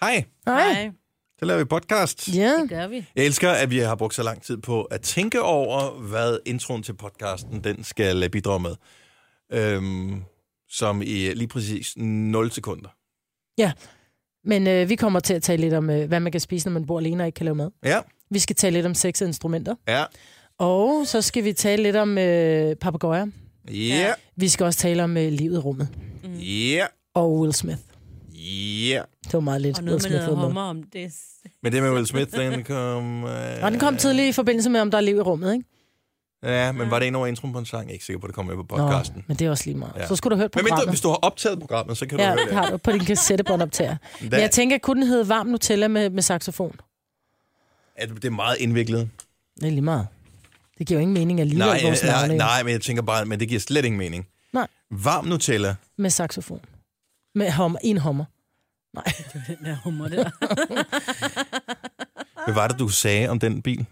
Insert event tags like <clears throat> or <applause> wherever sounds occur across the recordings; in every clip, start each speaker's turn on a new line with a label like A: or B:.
A: Hej,
B: Nej.
A: så laver vi podcast.
B: Ja.
C: det gør vi.
A: Jeg elsker, at vi har brugt så lang tid på at tænke over, hvad introen til podcasten den skal bidrage med. Øhm, som i lige præcis 0 sekunder.
B: Men øh, vi kommer til at tale lidt om, øh, hvad man kan spise, når man bor alene og ikke kan lave mad.
A: Ja,
B: Vi skal tale lidt om seks instrumenter.
A: ja,
B: Og så skal vi tale lidt om øh, papegøjer.
A: ja,
B: Vi skal også tale om øh, livet i rummet.
A: ja,
B: Og Will Smith.
A: ja.
B: Det var meget lidt
C: Og
B: Will
C: noget med
B: Smith.
C: noget
B: havde med.
C: hummer om det.
A: Men det med Will Smith, den kom... Øh,
B: Og den kom tidligt i forbindelse med, om der er liv i rummet, ikke?
A: Ja, men var det en over introen på en sang? Jeg er ikke sikker på, at det kom med på podcasten.
B: men det er også lige meget.
A: Ja.
B: Ja. Så skulle du høre
A: Men mindre, hvis
B: programmet.
A: du har optaget programmet, så kan du
B: Ja,
A: høre
B: det har du på din kassettebåndoptager.
A: det.
B: Men
A: Da,
B: jeg tænker, kunne den hedde Varm Nutella med, med saxofon?
A: at det er meget indviklet.
B: Det er lige meget. Det giver jo ingen mening alligevel,
A: Nej,
B: nej, vores
A: nej,
B: navne nej.
A: nej, men jeg tænker bare, men det giver slet ingen mening.
B: Nej.
A: Varm Nutella.
B: med saxofon. Med hummer, en hummer.
C: <laughs> Den der hummer <laughs> der.
A: Hvad var det, du sagde om den bil?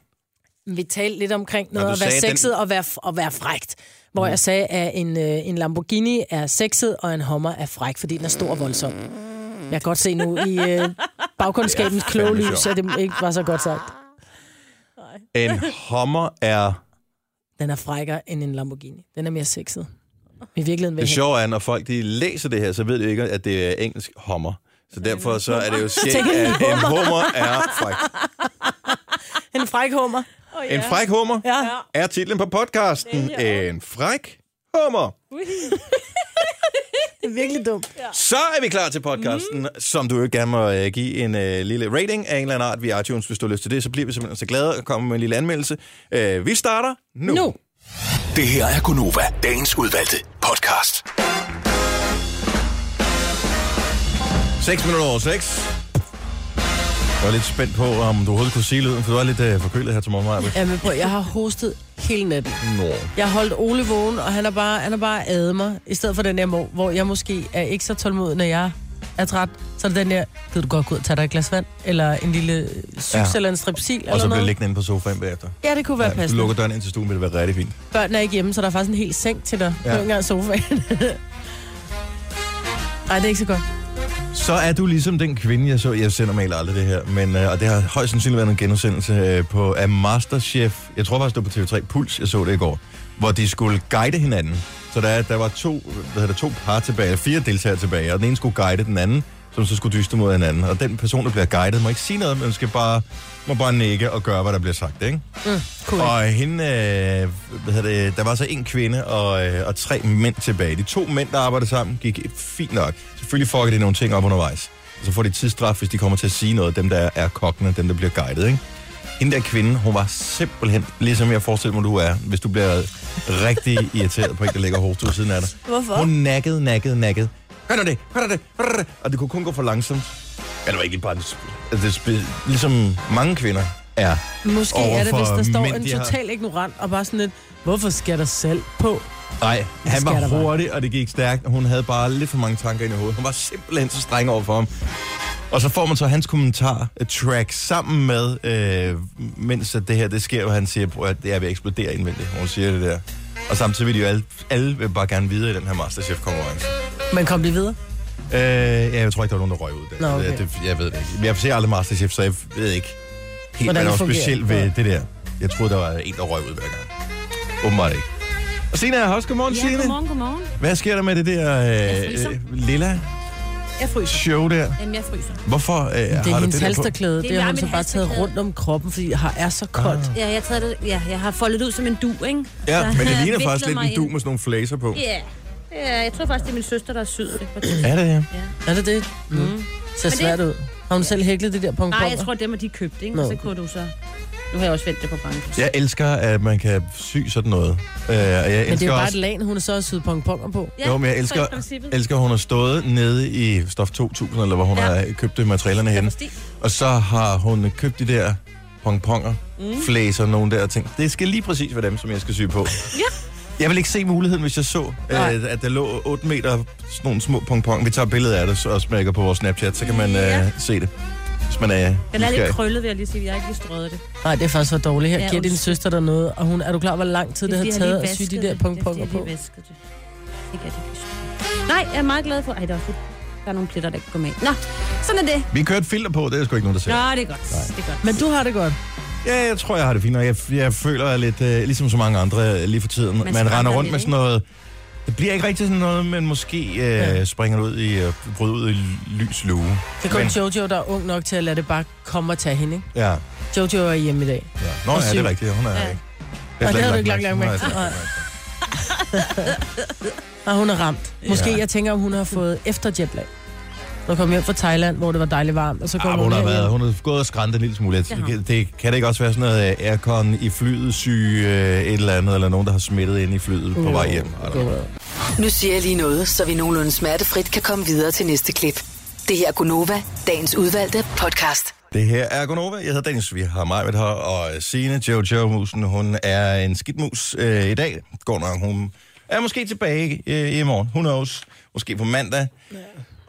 B: Vi talte lidt omkring noget
A: Når
B: om
A: du
B: at være
A: sagde den- Mm.
B: sexet og være, og være frægt. Hvor jeg sagde, at en, øh, en Lamborghini er sexet, og en Hummer er fræk, fordi den er stor og voldsom. Jeg kan godt se nu i
A: <laughs>
B: øh, bagkundskabens kloge
A: fandme
B: lys,
A: sjovt.
B: at det ikke var så godt sagt.
A: En Hummer er...
B: Den er frækkere end en Lamborghini. Den er mere sexet. I virkeligheden vil
A: Det
B: jeg have-
A: sjove er, når folk de læser det her, så ved de jo ikke, at det er engelsk Hummer. Så derfor så er
B: <laughs>
A: det jo skægt, at en hummer er fræk.
B: en fræk hummer.
C: Oh,
A: En fræk hummer
B: Ja.
A: er titlen på podcasten. En fræk hummer.
B: Det er virkelig dumt.
A: Så er vi klar til podcasten,
B: Mhm.
A: mm. som du jo gerne må øh, give en øh, lille rating af en eller anden art via iTunes, hvis du har lyst til det. Så bliver vi simpelthen så glade og kommer med en lille anmeldelse. Øh, vi starter nu.
B: Nu.
D: Det her er Gunova, dagens udvalgte podcast.
A: 6 minutter over 6. Jeg var lidt spændt på, om du overhovedet kunne sige lyden, for du var lidt øh, forkølet her til morgen, Maja.
B: Jamen, prøv, jeg har hostet hele natten.
A: Nå.
B: Jeg holdt Ole vågen, og han er bare, han er bare adet mig. I stedet for den der, hvor- hvor jeg måske er ikke så tålmodig, når jeg er træt. Så er det den der, gider du godt gå ud og tage dig et glas vand? Eller en lille syks
A: Ja.
B: ja. eller en strepsil
A: Og
B: eller
A: så blev
B: noget.
A: jeg liggende inde på sofaen bagefter.
B: Ja, det kunne være
A: Ja, du
B: passende.
A: lukker døren ind til stuen, vil det være rigtig fint.
B: Børnene er ikke hjemme, så der er faktisk en hel seng til dig.
A: Ja.
B: Ja. Det er jo ikke engang sofaen. <laughs> Nej, det er ikke så godt.
A: Så er du ligesom den kvinde, jeg så. Jeg sender mail aldrig det her, men, øh, og det har højst sandsynligt været en genudsendelse øh, på, af Masterchef. Jeg tror faktisk, det var på TV3 Puls, jeg så det i går, hvor de skulle guide hinanden. Så der, der var to, hvad hedder det, to par tilbage, eller fire deltagere tilbage, og den ene skulle guide den anden, som så skulle dyste mod hinanden. Og den person, der bliver guidet, må ikke sige noget, men skal bare, må bare nikke og gøre, hvad der bliver sagt, ikke?
B: Cool.
A: Og hende, øh, hvad hedder det, der var så en kvinde og, øh, og tre mænd tilbage. De to mænd, der arbejdede sammen, gik fint nok. Selvfølgelig fucker de nogle ting op undervejs. Og så får de tidsstraf, hvis de kommer til at sige noget, dem der er kokkene, dem der bliver guidet, ikke? Hende der kvinde, hun var simpelthen, ligesom jeg forestiller mig, du er, hvis du bliver rigtig irriteret på en, der ligger hovedet ved siden af dig.
B: Hvorfor?
A: Hun nakkede, nakkede, nakkede. Gør nu det, gør nu det, gør nu det. Og det kunne kun gå for langsomt. Ja, det var ikke bare en, sp- altså, det er sp- ligesom mange kvinder er.
B: Måske er det,
A: overfor
B: hvis der står
A: mænd,
B: en
A: de har-
B: total ignorant og bare sådan lidt, hvorfor skal der salg på?
A: Nej, han
B: skal
A: var
B: der bare.
A: hurtig, og det gik stærkt, og hun havde bare lidt for mange tanker ind i hovedet. Hun var simpelthen så streng over for ham. Og så får man så hans kommentar øh, track sammen med, øh, mens at det her det sker, hvor han siger, "Bror, at jeg vil eksplodere indvendigt. Hun siger det der. Og samtidig vil de jo alle, alle vil bare gerne videre i den her Masterchef-konkurrence.
B: Men kom det videre?
A: Øh, ja, jeg tror ikke, der var nogen, der røg ud der.
B: Nå, okay.
A: det, det, jeg ved det ikke. Jeg ser aldrig Masterchef, så jeg ved ikke helt, hvad
B: Hvordan
A: der
B: det
A: var
B: fungerer.
A: specielt ved
B: Ja.
A: det der. Jeg troede, der var en, der røg ud hver gang. Åbenbart ikke. Og Sina er her også. Godmorgen,
C: Ja,
A: Signe.
C: godmorgen, godmorgen.
A: Hvad sker der med det der øh,
C: fryser.
A: øh, lilla
C: Jeg fryser.
A: show der?
C: Jamen, jeg fryser.
A: Hvorfor øh,
B: Det er
A: har du
B: hendes
A: det der på?
B: halsterklæde.
C: Det
B: Det,
C: er
B: har hun
C: mit
B: så bare taget
C: halsterklæde.
B: rundt om kroppen, fordi har er så koldt.
A: Ah.
C: Ja, jeg, tager det, ja, jeg har foldet det ud som en du, ikke? Så
A: Ja, men det
C: jeg
A: ligner
C: vikler
A: faktisk lidt
C: mig
A: en du
C: ind.
A: med sådan nogle flaser på.
C: Ja, ja, jeg tror faktisk, det er min søster, der er syd. <clears throat>
A: Er det ja?
B: Er det det? Mm. Ser
C: det-
B: svært ud. Har hun selv hæklet det der pomponger?
C: Nej, jeg tror, dem er de købt, ikke? Og så kunne du så... Nu har jeg også vendt det på banken.
A: Jeg elsker, at man kan sy sådan noget. Øh, og jeg
B: Men det er
A: elsker
B: jo bare et
A: også...
B: lag, hun er så syet pomponger på.
C: Ja,
A: Jo, men jeg
C: så i
A: elsker,
C: princippet.
A: elsker, at hun har stået nede i Stof 2000, eller hvor hun
C: Ja.
A: ja. har købt materialerne henne.
C: Stil.
A: Og så har hun købt de der pongponger, mm. flæser, nogen der ting. Det skal lige præcis være dem, som jeg skal sy på.
C: Ja.
A: Jeg vil ikke se muligheden, hvis jeg så,
B: Nej.
A: øh, at der lå 8 meter sådan nogle små pongpong. Vi tager billedet af det så- og smækker på vores Snapchat, så kan man
C: Ja.
A: øh, se det, hvis man er
C: Den er lidt
A: nysgerrig.
C: krøllet, vil jeg lige sige. Jeg har ikke lige strøget det.
B: Nej, det er faktisk for dårligt her.
C: Ja,
B: Ja, Giver din
C: undskyld.
B: søster der noget, og hun, er du klar, hvor lang tid det,
C: er,
B: har
C: fordi, jeg
B: taget
C: lige
B: at sy de
C: vaskede
B: der
C: det.
B: pomponger
C: Det er, fordi,
B: på?
C: jeg lige vaskede det. Ikke, at det er Nej, jeg er meget glad for... Ej, det er også lidt Der er nogle pletter, der ikke går med. Nå, sådan er det.
A: Vi kørte filter på, det er sgu ikke nogen, der ser.
C: Nå, det er godt. Det er godt.
B: Men du har det godt.
A: Ja, jeg tror, jeg har det fint, og jeg, jeg føler jeg er lidt, øh, ligesom så mange andre øh, lige for tiden. Man, man
C: skrænder
A: render rundt
C: lidt,
A: med sådan noget... Det bliver ikke rigtig sådan noget, men måske øh, ja. springer det ud i, øh, bryder ud i lys luge.
B: Det er kun
A: Men-
B: Jojo, der er ung nok til at lade det bare komme og tage hende, ikke?
A: Ja,
B: Jojo er hjemme i dag.
A: ja. Nå,
B: Og
A: ja, det
B: syg.
A: er rigtigt. Hun er
C: Ja.
A: ja. ikke.
B: Og det
A: slet
B: havde du ikke lagt mærke
A: til.
B: til.
A: Nej, jeg har ikke lagt
B: Og hun er ramt. Måske
A: Ja.
B: ja. jeg tænker, om hun har fået efter jetlag. Når hun kom hjem fra Thailand, hvor det var dejligt varmt, og så
A: mærke
B: kom
A: til. Ah, hun har
B: herhjem.
A: været, hun har gået og skrændt en lille smule. Jeg
C: har
A: tænker, Det kan det ikke også være sådan noget øh, aircon i flyet syge øh, et eller andet, eller nogen, der har smittet ind i flyet på vej hjem. I don't know.
E: Nu siger jeg lige noget, så vi nogenlunde smertefrit kan komme videre til næste klip. Det her er Gunova, dagens udvalgte podcast.
A: Det her er Gonova. Jeg hedder Dennis, vi har mig med her, og Signe Jojo Musen, hun er en skidmus øh, i dag. Går nok, hun er måske tilbage øh, i morgen. Who knows? Måske på mandag. Ja.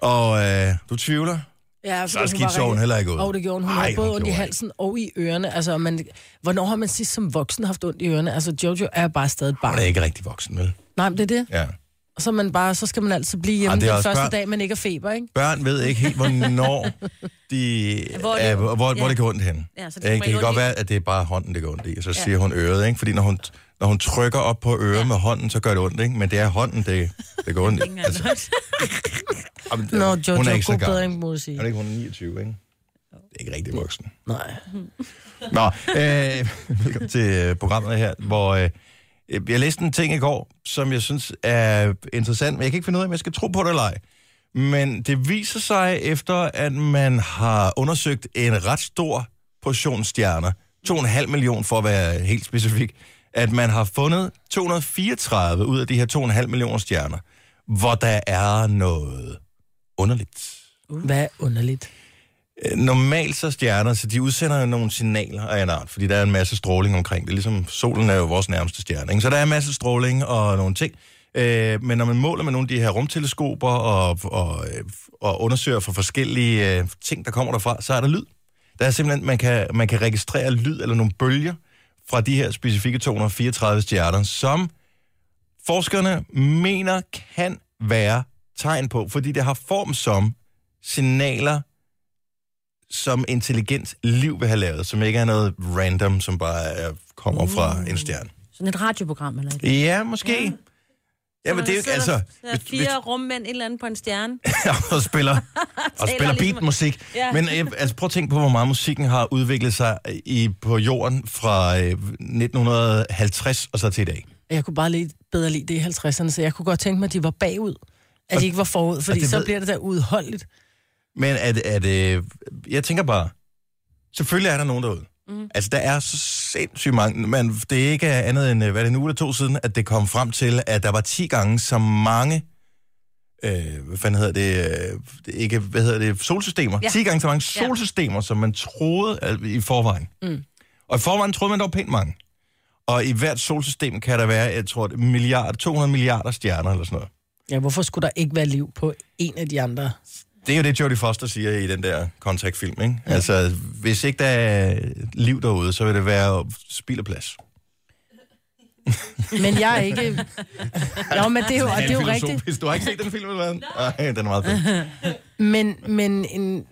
A: Og øh, du tvivler?
B: Ja, altså,
A: Så skidt så hun heller ikke ud.
B: Og det gjorde hun. Hun
A: Ej,
B: havde både
A: hun
B: ondt i
A: gjorde
B: halsen og i ørerne. Altså, man, hvornår har man sidst som voksen haft ondt i ørerne? Altså, Jojo er bare stadig et barn.
A: Hun er ikke rigtig voksen, vel?
B: Nej, men det er det.
A: Ja.
B: Og så, er man bare, så skal man altid blive
A: Ej,
B: hjemme
A: det er
B: den
A: også
B: første
A: børn.
B: dag, man ikke er feber, ikke?
A: Børn ved ikke helt, hvornår de,
C: <laughs> Hvor
A: hvor,
C: det-
A: det, er, hvor, hvor
C: ja.
A: det går ondt hen.
C: Ja, så det
A: det,
C: springer
A: det kan
C: ondt
A: godt
C: i-
A: være, at det er bare hånden, det går ondt i, og så siger hun øret, ikke? Fordi når hun, når hun trykker op på øret ja. med hånden, så gør det ondt, ikke? Men det er hånden, det, det går ondt i. Altså, jamen,
B: Nå, Jojo,
A: hun er ikke så
B: god
A: gammel.
B: bedring, må du sige.
A: Er det ikke, hun er 29, ikke? Det er ikke rigtig voksen.
B: Nej.
A: Nå, øh, <laughs> velkommen til øh, programmet her, hvor øh, jeg læste en ting i går, som jeg synes er interessant, men jeg kan ikke finde ud af, om jeg skal tro på det eller ej. Men det viser sig efter, at man har undersøgt en ret stor portion stjerner, 2,5 million for at være helt specifik, at man har fundet 234 ud af de her 2,5 millioner stjerner, hvor der er noget underligt.
B: Hvad underligt.
A: Øh, Normalt så stjerner, så de udsender jo nogle signaler af en art, fordi der er en masse stråling omkring det. Ligesom solen er jo vores nærmeste stjerne, ikke? så der er en masse stråling og nogle ting. Øh, men når man måler med nogle af de her rumteleskoper og, og, øh, og undersøger for forskellige øh, ting, der kommer derfra, så er der lyd. Der er simpelthen, man kan, man kan registrere lyd eller nogle bølger fra de her specifikke 234 stjerner, som forskerne mener kan være tegn på, fordi det har form som signaler som intelligent liv vil have lavet, som ikke er noget random, som bare er, kommer fra
C: Mm.
A: en stjerne.
C: Sådan et radioprogram eller et.
A: Ja, måske. Ja, ja men det er
C: Hvor
A: jo
C: der
A: ikke, altså...
C: sidder
A: hvis-
C: fire
A: <laughs>
C: rummænd, et eller andet på en stjerne.
A: hvis- og
C: <laughs>
A: spiller, og spiller
C: ligesom-
A: beatmusik.
C: Ja.
A: Men øh, altså, prøv at tænke på, hvor meget musikken har udviklet sig i, på jorden fra øh, 1950 og så til i dag.
B: Jeg kunne bare lidt bedre lide det i 50'erne, så jeg kunne godt tænke mig, at de var bagud. At de ikke var forud, fordi
A: det
B: så
A: ved-
B: bliver det der udholdeligt.
A: Men at, at, øh, jeg tænker bare, selvfølgelig er der nogen derude. Mm. Altså, der er så sindssygt mange, men det er ikke andet end, øh, hvad er det nu eller to siden, at det kom frem til, at der var 10 gange så mange, øh, hvad fanden hedder det, øh, det er ikke, hvad hedder det, solsystemer. Ja.
C: Ja.
A: 10 gange så mange
C: Ja.
A: solsystemer, som man troede altså, i forvejen. Mm. Og i forvejen troede man, der var pænt mange. Og i hvert solsystem kan der være, jeg tror, et milliard, 200 milliarder stjerner eller sådan noget.
B: Ja, hvorfor skulle der ikke være liv på en af de andre?
A: Det er jo det, Jodie Foster siger i den der kontaktfilm, ikke? Ja. Altså, hvis ikke der er liv derude, så vil det være spild af plads.
B: Men jeg er
A: <laughs>
B: ikke... Nå, men det er jo, og det er jo rigtigt.
A: Altså, Hvis du har ikke set den film, eller hvad? Nej, den er meget fed.
B: Men, men en...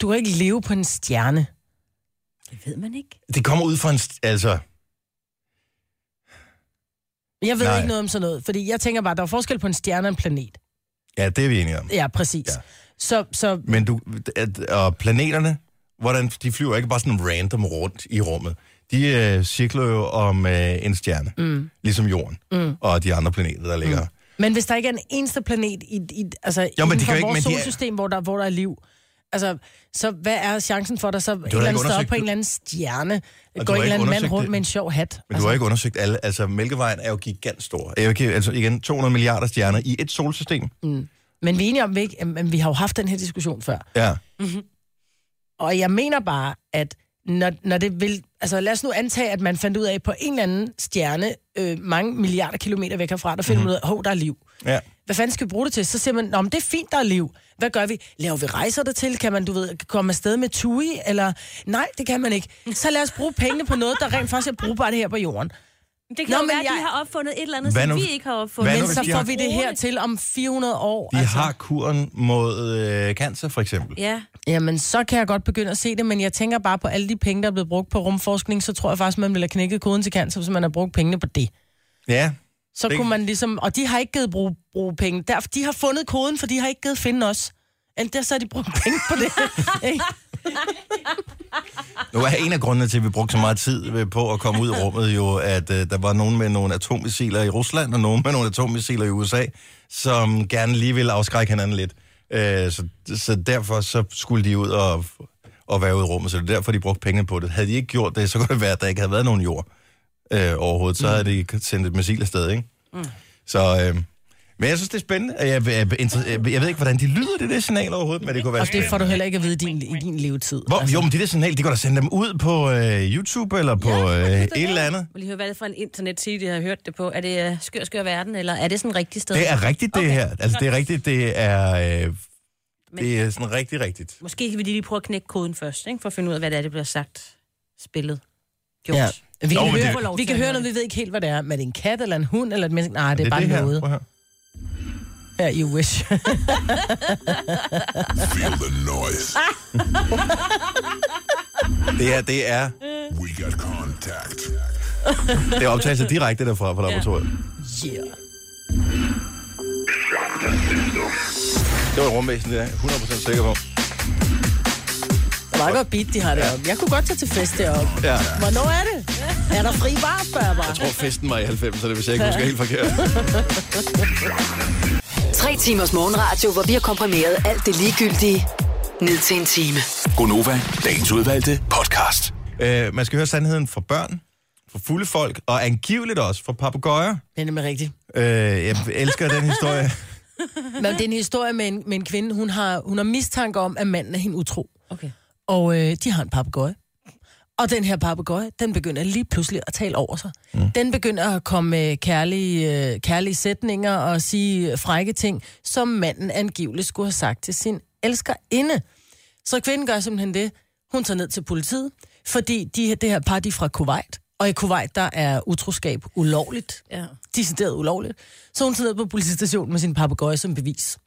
B: du kan ikke leve på en stjerne.
C: Det ved man ikke.
A: Det kommer ud fra en... St- altså,
B: Jeg ved
A: Nej.
B: Nej. ikke noget om sådan noget, fordi jeg tænker bare, der er forskel på en stjerne og en planet.
A: ja, det er vi enige om.
B: Ja, præcis.
A: Ja.
B: Ja. Så, så
A: Men du, at, og planeterne, hvordan, de flyver ikke bare sådan random rundt i rummet. De øh, cirkler jo om øh, en stjerne, mm. ligesom jorden, mm. og de andre planeter, der ligger. Mm.
B: Men hvis der ikke er en eneste planet i, i altså jo,
A: men
B: men
A: det
B: inden
A: kan
B: for
A: jo ikke-
B: vores
A: men de er-
B: solsystem, hvor der, hvor der er liv, altså, så hvad er chancen for, at der så et eller
A: ikke
B: andet sted
A: undersøgt
B: på en
A: det.
B: eller anden stjerne,
A: har
B: går en
A: ikke
B: eller anden mand
A: undersøgt
B: rundt
A: det.
B: med en sjov hat?
A: Men du har ikke undersøgt alle. Altså, Mælkevejen er jo gigantstor. Er jo ikke- Altså, igen, 200 milliarder stjerner i et solsystem.
B: Mm. Men vi er enige om, vi, ikke, men vi har jo haft den her diskussion før.
A: Ja.
B: Og jeg mener bare, at når, når det vil... Altså lad os nu antage, at man fandt ud af på en eller anden stjerne, øh, mange milliarder kilometer væk herfra, der
A: Mhm.
B: finder man ud af, hov, der er liv.
A: ja.
B: Hvad fanden skal vi bruge det til? Så siger man, Nå, men det er fint, der er liv. Hvad gør vi? Laver vi rejser der til? Kan man, du ved, komme afsted med TUI? Eller, nej, det kan man ikke. Så lad os bruge pengene på noget, der rent faktisk er brugbart her på jorden.
C: Det kan
B: Nå,
C: Nå, jo
B: men
C: være, at jeg...
B: jeg-
C: de har opfundet et eller andet,
A: Hvad
C: som
A: nu-
C: vi ikke har opfundet.
A: Hvad
B: Men
A: nu, hvis
B: så
A: de
B: får
A: har-
B: vi det her til om 400 år.
A: De altså. har kuren mod øh, cancer, for eksempel.
C: Ja.
B: Jamen, så kan jeg godt begynde at se det, men jeg tænker bare på alle de penge, der er blevet brugt på rumforskning, så tror jeg faktisk, man ville have knækket koden til cancer, hvis man har brugt pengene på det.
A: Ja,
B: Så
A: Det-
B: det... kunne man ligesom... Og de har ikke givet bruge, bruge penge. Der, de har fundet koden, for de har ikke givet finde os. Enten der så har de brugt penge på <laughs> det. ikke?
A: Nu er en af grundene til, at vi brugte så meget tid ved- på at komme ud i rummet, jo, at øh, der var nogen med nogle atommissiler i Rusland, og nogen med nogle atommissiler i USA, som gerne lige ville afskrække hinanden lidt. Øh, så, så derfor så skulle de ud og, og være ude i rummet, så det er derfor, de brugte pengene på det. Havde de ikke gjort det, så kunne det være, at der ikke havde været nogen jord øh, overhovedet.
B: Mm.
A: Så havde de sendt et missil afsted, ikke? Så... Øh, men jeg synes, det er spændende. og Jeg, jeg, jeg, jeg ved ikke, hvordan de lyder, det der signal overhovedet, men det kunne være
B: Og
A: spændende.
B: det får du heller ikke at vide i din, i din levetid.
A: Hvor, altså. Jo, men det der signal, de kan da sende dem ud på øh, YouTube eller på
C: Ja,
A: ja, øh,
C: det
A: et
C: er
A: eller andet.
C: Jeg vil lige høre, hvad er det for en internetside, jeg har hørt det på? Er det uh, Skør Skør Verden, eller er det sådan et rigtigt sted?
A: Det er rigtigt, det okay. her. Altså, det er rigtigt, det er... Øh,
C: Men-
A: det er sådan rigtig rigtigt.
C: Måske kan vi lige prøve at knække koden først, ikke? for at finde ud af, hvad det er, det bliver sagt, spillet, gjort.
B: Ja.
C: Ja.
B: Vi
A: Jo,
B: kan,
A: men det-
B: høre, vi kan høre noget, vi ved ikke helt, hvad det er. Men er det en kat eller en hund eller et menneske? Nej, det er, bare
A: det her.
B: noget.
A: Prøv at høre.
B: Ja, you wish. <laughs>
D: Feel the noise.
A: Det her, det er,
D: We got contact.
A: det er optagelser direkte derfra på laboratoriet.
B: yeah.
A: Det var rumvæsen, det er jeg 100% sikker på.
B: Det er meget godt beat, de har deroppe. Jeg kunne godt tage til fest deroppe.
A: Ja.
B: Hvornår er det? Er der fri bar, spørger jeg bare.
A: Jeg tror, festen var i 90'erne, hvis jeg ikke husker helt forkert.
E: Tre timers morgenradio, hvor vi har komprimeret alt det ligegyldige ned til en time.
D: Gonova, dagens udvalgte
A: <laughs>
D: podcast.
A: Øh, man skal høre sandheden fra børn, fra fulde folk, og angiveligt også fra papegøjer.
B: Det er nemlig rigtigt.
A: Øh, jeg elsker den historie.
B: Men det er en historie med en, med en kvinde. Hun har, hun har mistanke om, at manden er hende utro.
C: Okay.
B: Og øh, de har en papegøje. Og den her papegøje, den begynder lige pludselig at tale over sig. Mm. Den begynder at komme med kærlige, øh, kærlige sætninger og sige frække ting, som manden angiveligt skulle have sagt til sin elskerinde. Så kvinden gør simpelthen det. Hun tager ned til politiet, fordi de, det her par, de er fra Kuwait. Og i Kuwait, der er utroskab ulovligt.
C: Ja.
B: Decideret ulovligt. Så hun tager ned på politistationen med sin papegøje som bevis.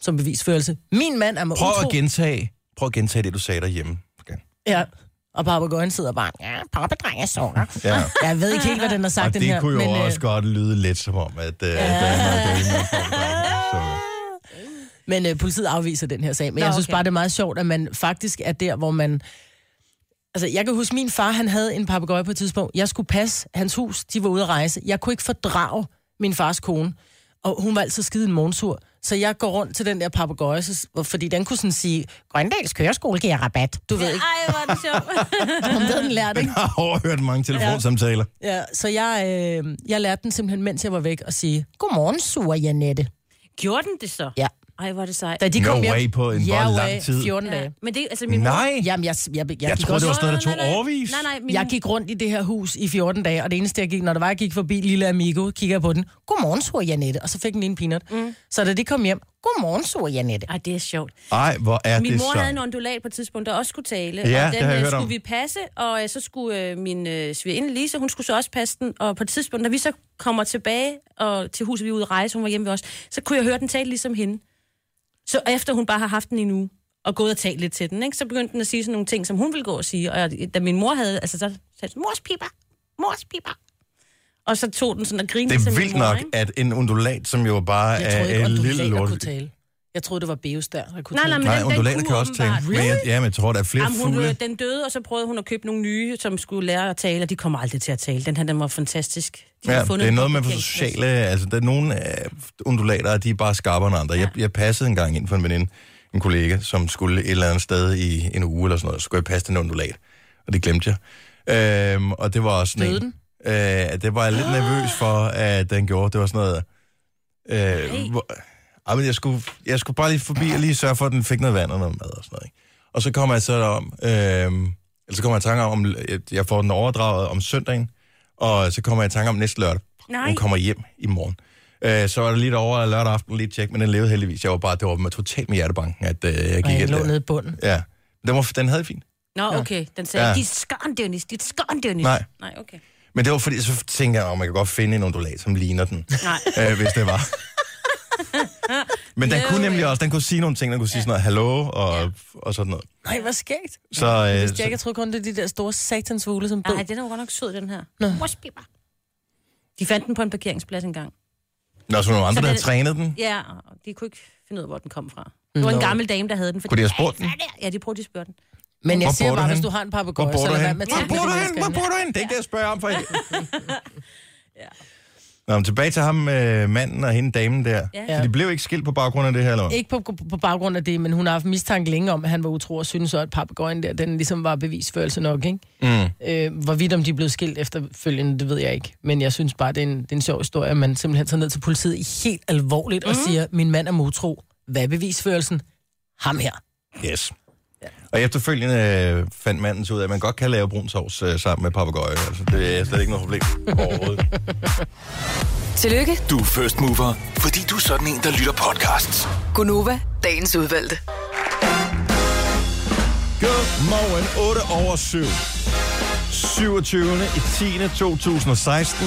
B: Som bevisførelse. Min mand er med
A: Prøv
B: utro.
A: at gentage, prøv at gentage det, du sagde derhjemme. Okay.
B: Ja. Og papegøjen sidder bare, ja, pappedreng er sukker.
A: Ja.
B: Jeg ved ikke helt, hvad den har sagt,
A: Og
B: den
A: det
B: her.
A: kunne jo men, også
B: øh,
A: godt lyde lidt som om, at øh, ja. Danmark er en
C: Ah.
A: af folkedragerne,
B: men øh, politiet afviser den her sag. Men Nå,
C: Nå,
B: jeg synes
C: okay.
B: bare, det er meget sjovt, at man faktisk er der, hvor man... Altså, jeg kan huske, min far, han havde en papegøje på et tidspunkt. Jeg skulle passe hans hus, de var ude at rejse. Jeg kunne ikke fordrage min fars kone, og hun var altid skide en morgensur. Så jeg går rundt til den der papegøje, så- fordi den kunne sådan sige, Grøndals Køreskole giver rabat. Du ved ikke,
C: Ej, hvor er det sjovt.
B: om det havde den lærte, ikke?
A: Så jeg har overhørt mange telefonsamtaler.
B: Ja, så jeg, øh, jeg lærte den simpelthen, mens jeg var væk, at sige, Godmorgen, sur Janette.
C: <laughs> Gjorde den det så?
B: Ja.
C: Ej, hvor er det sejt.
B: Da de
A: No
B: kom hjem,
A: way på en- hvor
B: ja,
A: lang
B: way,
A: tid.
B: 14
C: Ja.
B: dage.
C: Men det, altså, min mor-
A: Nej!
B: Jamen, jeg, jeg, jeg,
A: Jeg
B: gik
A: troede, det
B: også,
A: var sådan noget, der
C: Nej, nej,
A: tog
C: nej.
A: overvis.
C: Nej, nej, min...
B: jeg gik rundt i det her hus i 14 dage, og det eneste, jeg gik, når det var, jeg gik forbi Lille Amigo, kigger jeg på den. Godmorgen, sur Janette. Og så fik den lige en peanut. Mm. Så da de kom hjem, Godmorgen, sur Janette.
C: Ej, det er sjovt.
A: Ej, hvor er
C: Min
A: det
C: mor
A: så?
C: havde en ondulat på et tidspunkt, der også skulle tale.
A: Ja,
C: og
A: det
C: den
A: har jeg
C: øh,
A: hørt
C: skulle
A: om.
C: vi passe, og øh, så skulle øh, min øh, svigerinde Lise, hun skulle så også passe den. Og på et tidspunkt, når vi så kommer tilbage og til huset, vi er ude at rejse, hun var hjemme ved os, så kunne jeg høre den tale ligesom hende. Så efter hun bare har haft den i en uge, og gået og talt lidt til den, ikke, så begyndte den at sige sådan nogle ting, som hun ville gå og sige. Og jeg, da min mor havde, altså så sagde jeg, sådan, mors piber, mors piber. Og så tog den sådan og grinede
A: Det
C: til
A: er
C: min
A: vildt
C: mor,
A: nok,
C: ikke?
A: at en undulat, som jo bare
B: Jeg
A: er
B: troede ikke,
A: en
B: at
A: lille
B: du
A: lort...
B: kunne tale. Jeg troede, det var Beos der, der kunne
C: Nej, nej,
B: tale.
C: men
A: Nej,
C: den, den
A: undulater
C: kunne
A: kan også tale.
C: åbenbart.
A: Men jeg, ja, men jeg tror, der er flere
C: Jamen, hun,
A: fugle.
C: øh, den døde, og så prøvede hun at købe nogle nye, som skulle lære at tale, og de kommer aldrig til at tale. Den her, den var fantastisk. De
A: Ja,
C: har
A: det er
C: den
A: noget
C: på
A: med for
C: parkeringsplads.
A: sociale... Altså, der er nogle øh, undulater, de er bare skarpere end andre. Jeg, jeg passede engang ind for en veninde, en kollega, som skulle et eller andet sted i en uge eller sådan noget. Så skulle jeg passe den undulat, og det glemte jeg. Øhm, og det var også sådan
B: Døde
A: en- Øh, det var jeg lidt nervøs for, at den gjorde. Det var sådan noget... Øh, hvor, ej, men jeg skulle, jeg skulle bare lige forbi og lige sørge for, at den fik noget vand og noget mad og sådan noget. Ikke? Og så kommer jeg så derom... Øh, eller så kommer jeg i tanke om, at jeg får den overdraget om søndagen, og så kommer jeg i tanke om næste lørdag.
C: Nej.
A: Hun kommer hjem i morgen. Øh, så var det lidt over lørdag aften, lige tjek, men den levede heldigvis. Jeg var bare, det var med totalt med hjertebanken, at øh, jeg gik
B: Nej,
A: ind
B: jeg lå nede
A: der.
B: i bunden.
A: Ja. Den, var, den havde det fint.
C: Nå, okay. Den sagde,
A: Ja.
C: ja. dit skørn, Dennis, dit skørn, Dennis.
A: Nej.
C: Nej, okay.
A: Men det var fordi, så tænkte jeg, at man kan godt finde en undulat, som ligner den.
C: Nej.
A: øh, hvis det
C: <laughs>
A: var. Men den
C: No
A: kunne nemlig
C: way.
A: også, den kunne sige nogle ting, den kunne sige sådan noget, hallo, og, og sådan noget.
B: Nej, hvor skægt.
A: Så,
B: Jeg
A: øh,
B: vidste jeg ikke,
A: så
B: jeg troede kun, det er de der store satans fugle, som død.
C: Nej, den er jo godt nok sød, den her. Waspiber. De fandt den på en parkeringsplads engang.
A: Nå, så var der nogle andre,
C: Så
A: der havde
C: det-
A: trænet den.
C: Ja, og de kunne ikke finde ud af, hvor den kom fra. Det var
B: Nå.
C: en gammel dame, der havde den. fordi-
A: Kunne de have spurgt den?
C: Ja, de prøvede at spørge den.
B: Men jeg
A: Hvor
B: siger
A: bor du
B: bare,
A: henne?
B: hvis du har en
A: Hvor
B: papegøje,
A: bor
B: så
A: du
B: lad være
A: hen?
B: med at
A: Hvor
B: tænke
A: bor
B: på de
A: du hen?
B: mennesker.
A: Hvor bor du hen? Det er ikke det, jeg spørger om
C: <laughs>
A: for ikke. Nå, men tilbage til ham, øh, manden og hende damen der.
C: Ja.
A: Så de blev ikke skilt på baggrund af det her, eller hvad?
B: Ikke på, på baggrund af det, men hun har haft mistanke længe om, at han var utro og synes så, at papegøjen der, den ligesom var bevisførelse nok, ikke? Mm. Øh, hvorvidt om de blev skilt efterfølgende, det ved jeg ikke. Men jeg synes bare, det er en, det er en sjov historie, at man simpelthen tager ned til politiet i helt alvorligt mm. og siger, min mand er motro. Hvad er bevisførelsen? Ham her.
A: Yes. Og efterfølgende øh, fandt manden så ud af, at man godt kan lave brun sovs øh, sammen med papegøje. Altså, det er slet ikke noget problem
C: <laughs>
A: overhovedet.
E: Tillykke,
D: Du er first mover, fordi du er sådan en, der lytter podcasts.
E: Gunova, dagens udvalgte.
A: Godmorgen, 8 over 7. 27. i 10. 2016.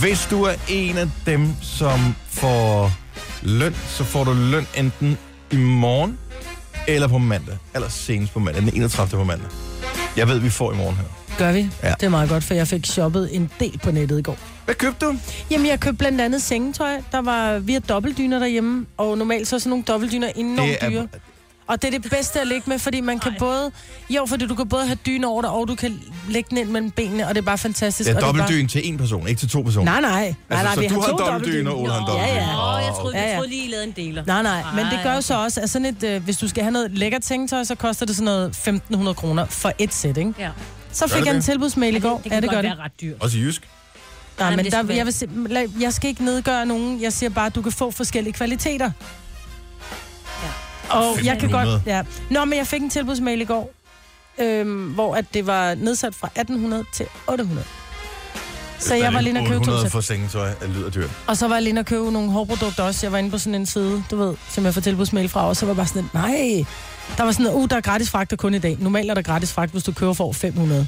A: Hvis du er en af dem, som får løn, så får du løn enten i morgen eller på mandag. Eller senest på mandag, den 31. på mandag. Jeg ved, vi får i morgen her.
B: Gør vi?
A: Ja.
B: Det er meget godt, for jeg fik shoppet en del på nettet i går.
A: Hvad købte du?
B: Jamen, jeg købte blandt andet sengetøj. Der var, vi har dobbeltdyner derhjemme, og normalt så er sådan nogle dobbeltdyner enormt
A: er-
B: dyre. Og det er det bedste at ligge med, fordi man kan både... Jo, fordi du kan både have dyne over dig, og du kan lægge den ind mellem benene, og det er bare fantastisk.
A: Det er
B: og bare-
A: dobbeltdyn til en person, ikke til to personer.
B: Nej, nej. nej, nej
A: Altså, så
B: vi
A: du
B: har
A: har
B: to
A: dobbeltdyne, og Ole har en
B: Ja,
A: dobbeltdyne.
B: ja.
C: Åh, jeg troede,
B: Ja, ja.
C: jeg troede lige, I lavede en deler.
B: Nej, nej, men det gør jo så også, at sådan et, øh, hvis du skal have noget lækkert sengetøj, så koster det sådan noget 1.500 kroner for et sæt, ikke?
C: Ja.
B: Så
A: Gør
B: fik
A: det
B: jeg en
A: det?
B: tilbudsmail i går.
C: Det kan godt være ret dyrt.
A: Også i jysk.
B: Nej,
C: Nej,
B: men
C: men det
B: der,
C: skal være-
B: jeg, vil, sim- lad- jeg skal ikke nedgøre nogen. Jeg siger bare, at du kan få forskellige kvaliteter. Ja. Og jeg kan
A: 1500.
B: godt... Ja. Nå, men jeg fik en tilbudsmail i går, øhm, hvor at det var nedsat fra 1800 til 800. Så jeg var lige inde og købe to
A: 800
B: sæt.
A: for sengetøj, det lyder dyrt.
B: Og så var jeg lige inde og købe nogle hårprodukter også. Jeg var inde på sådan en side, du ved, som jeg får tilbudsmail fra, og så var jeg bare sådan, et, nej, der var sådan, noget, uh, der er gratis fragter kun i dag. Normalt er der gratis fragt, hvis du køber for over 500.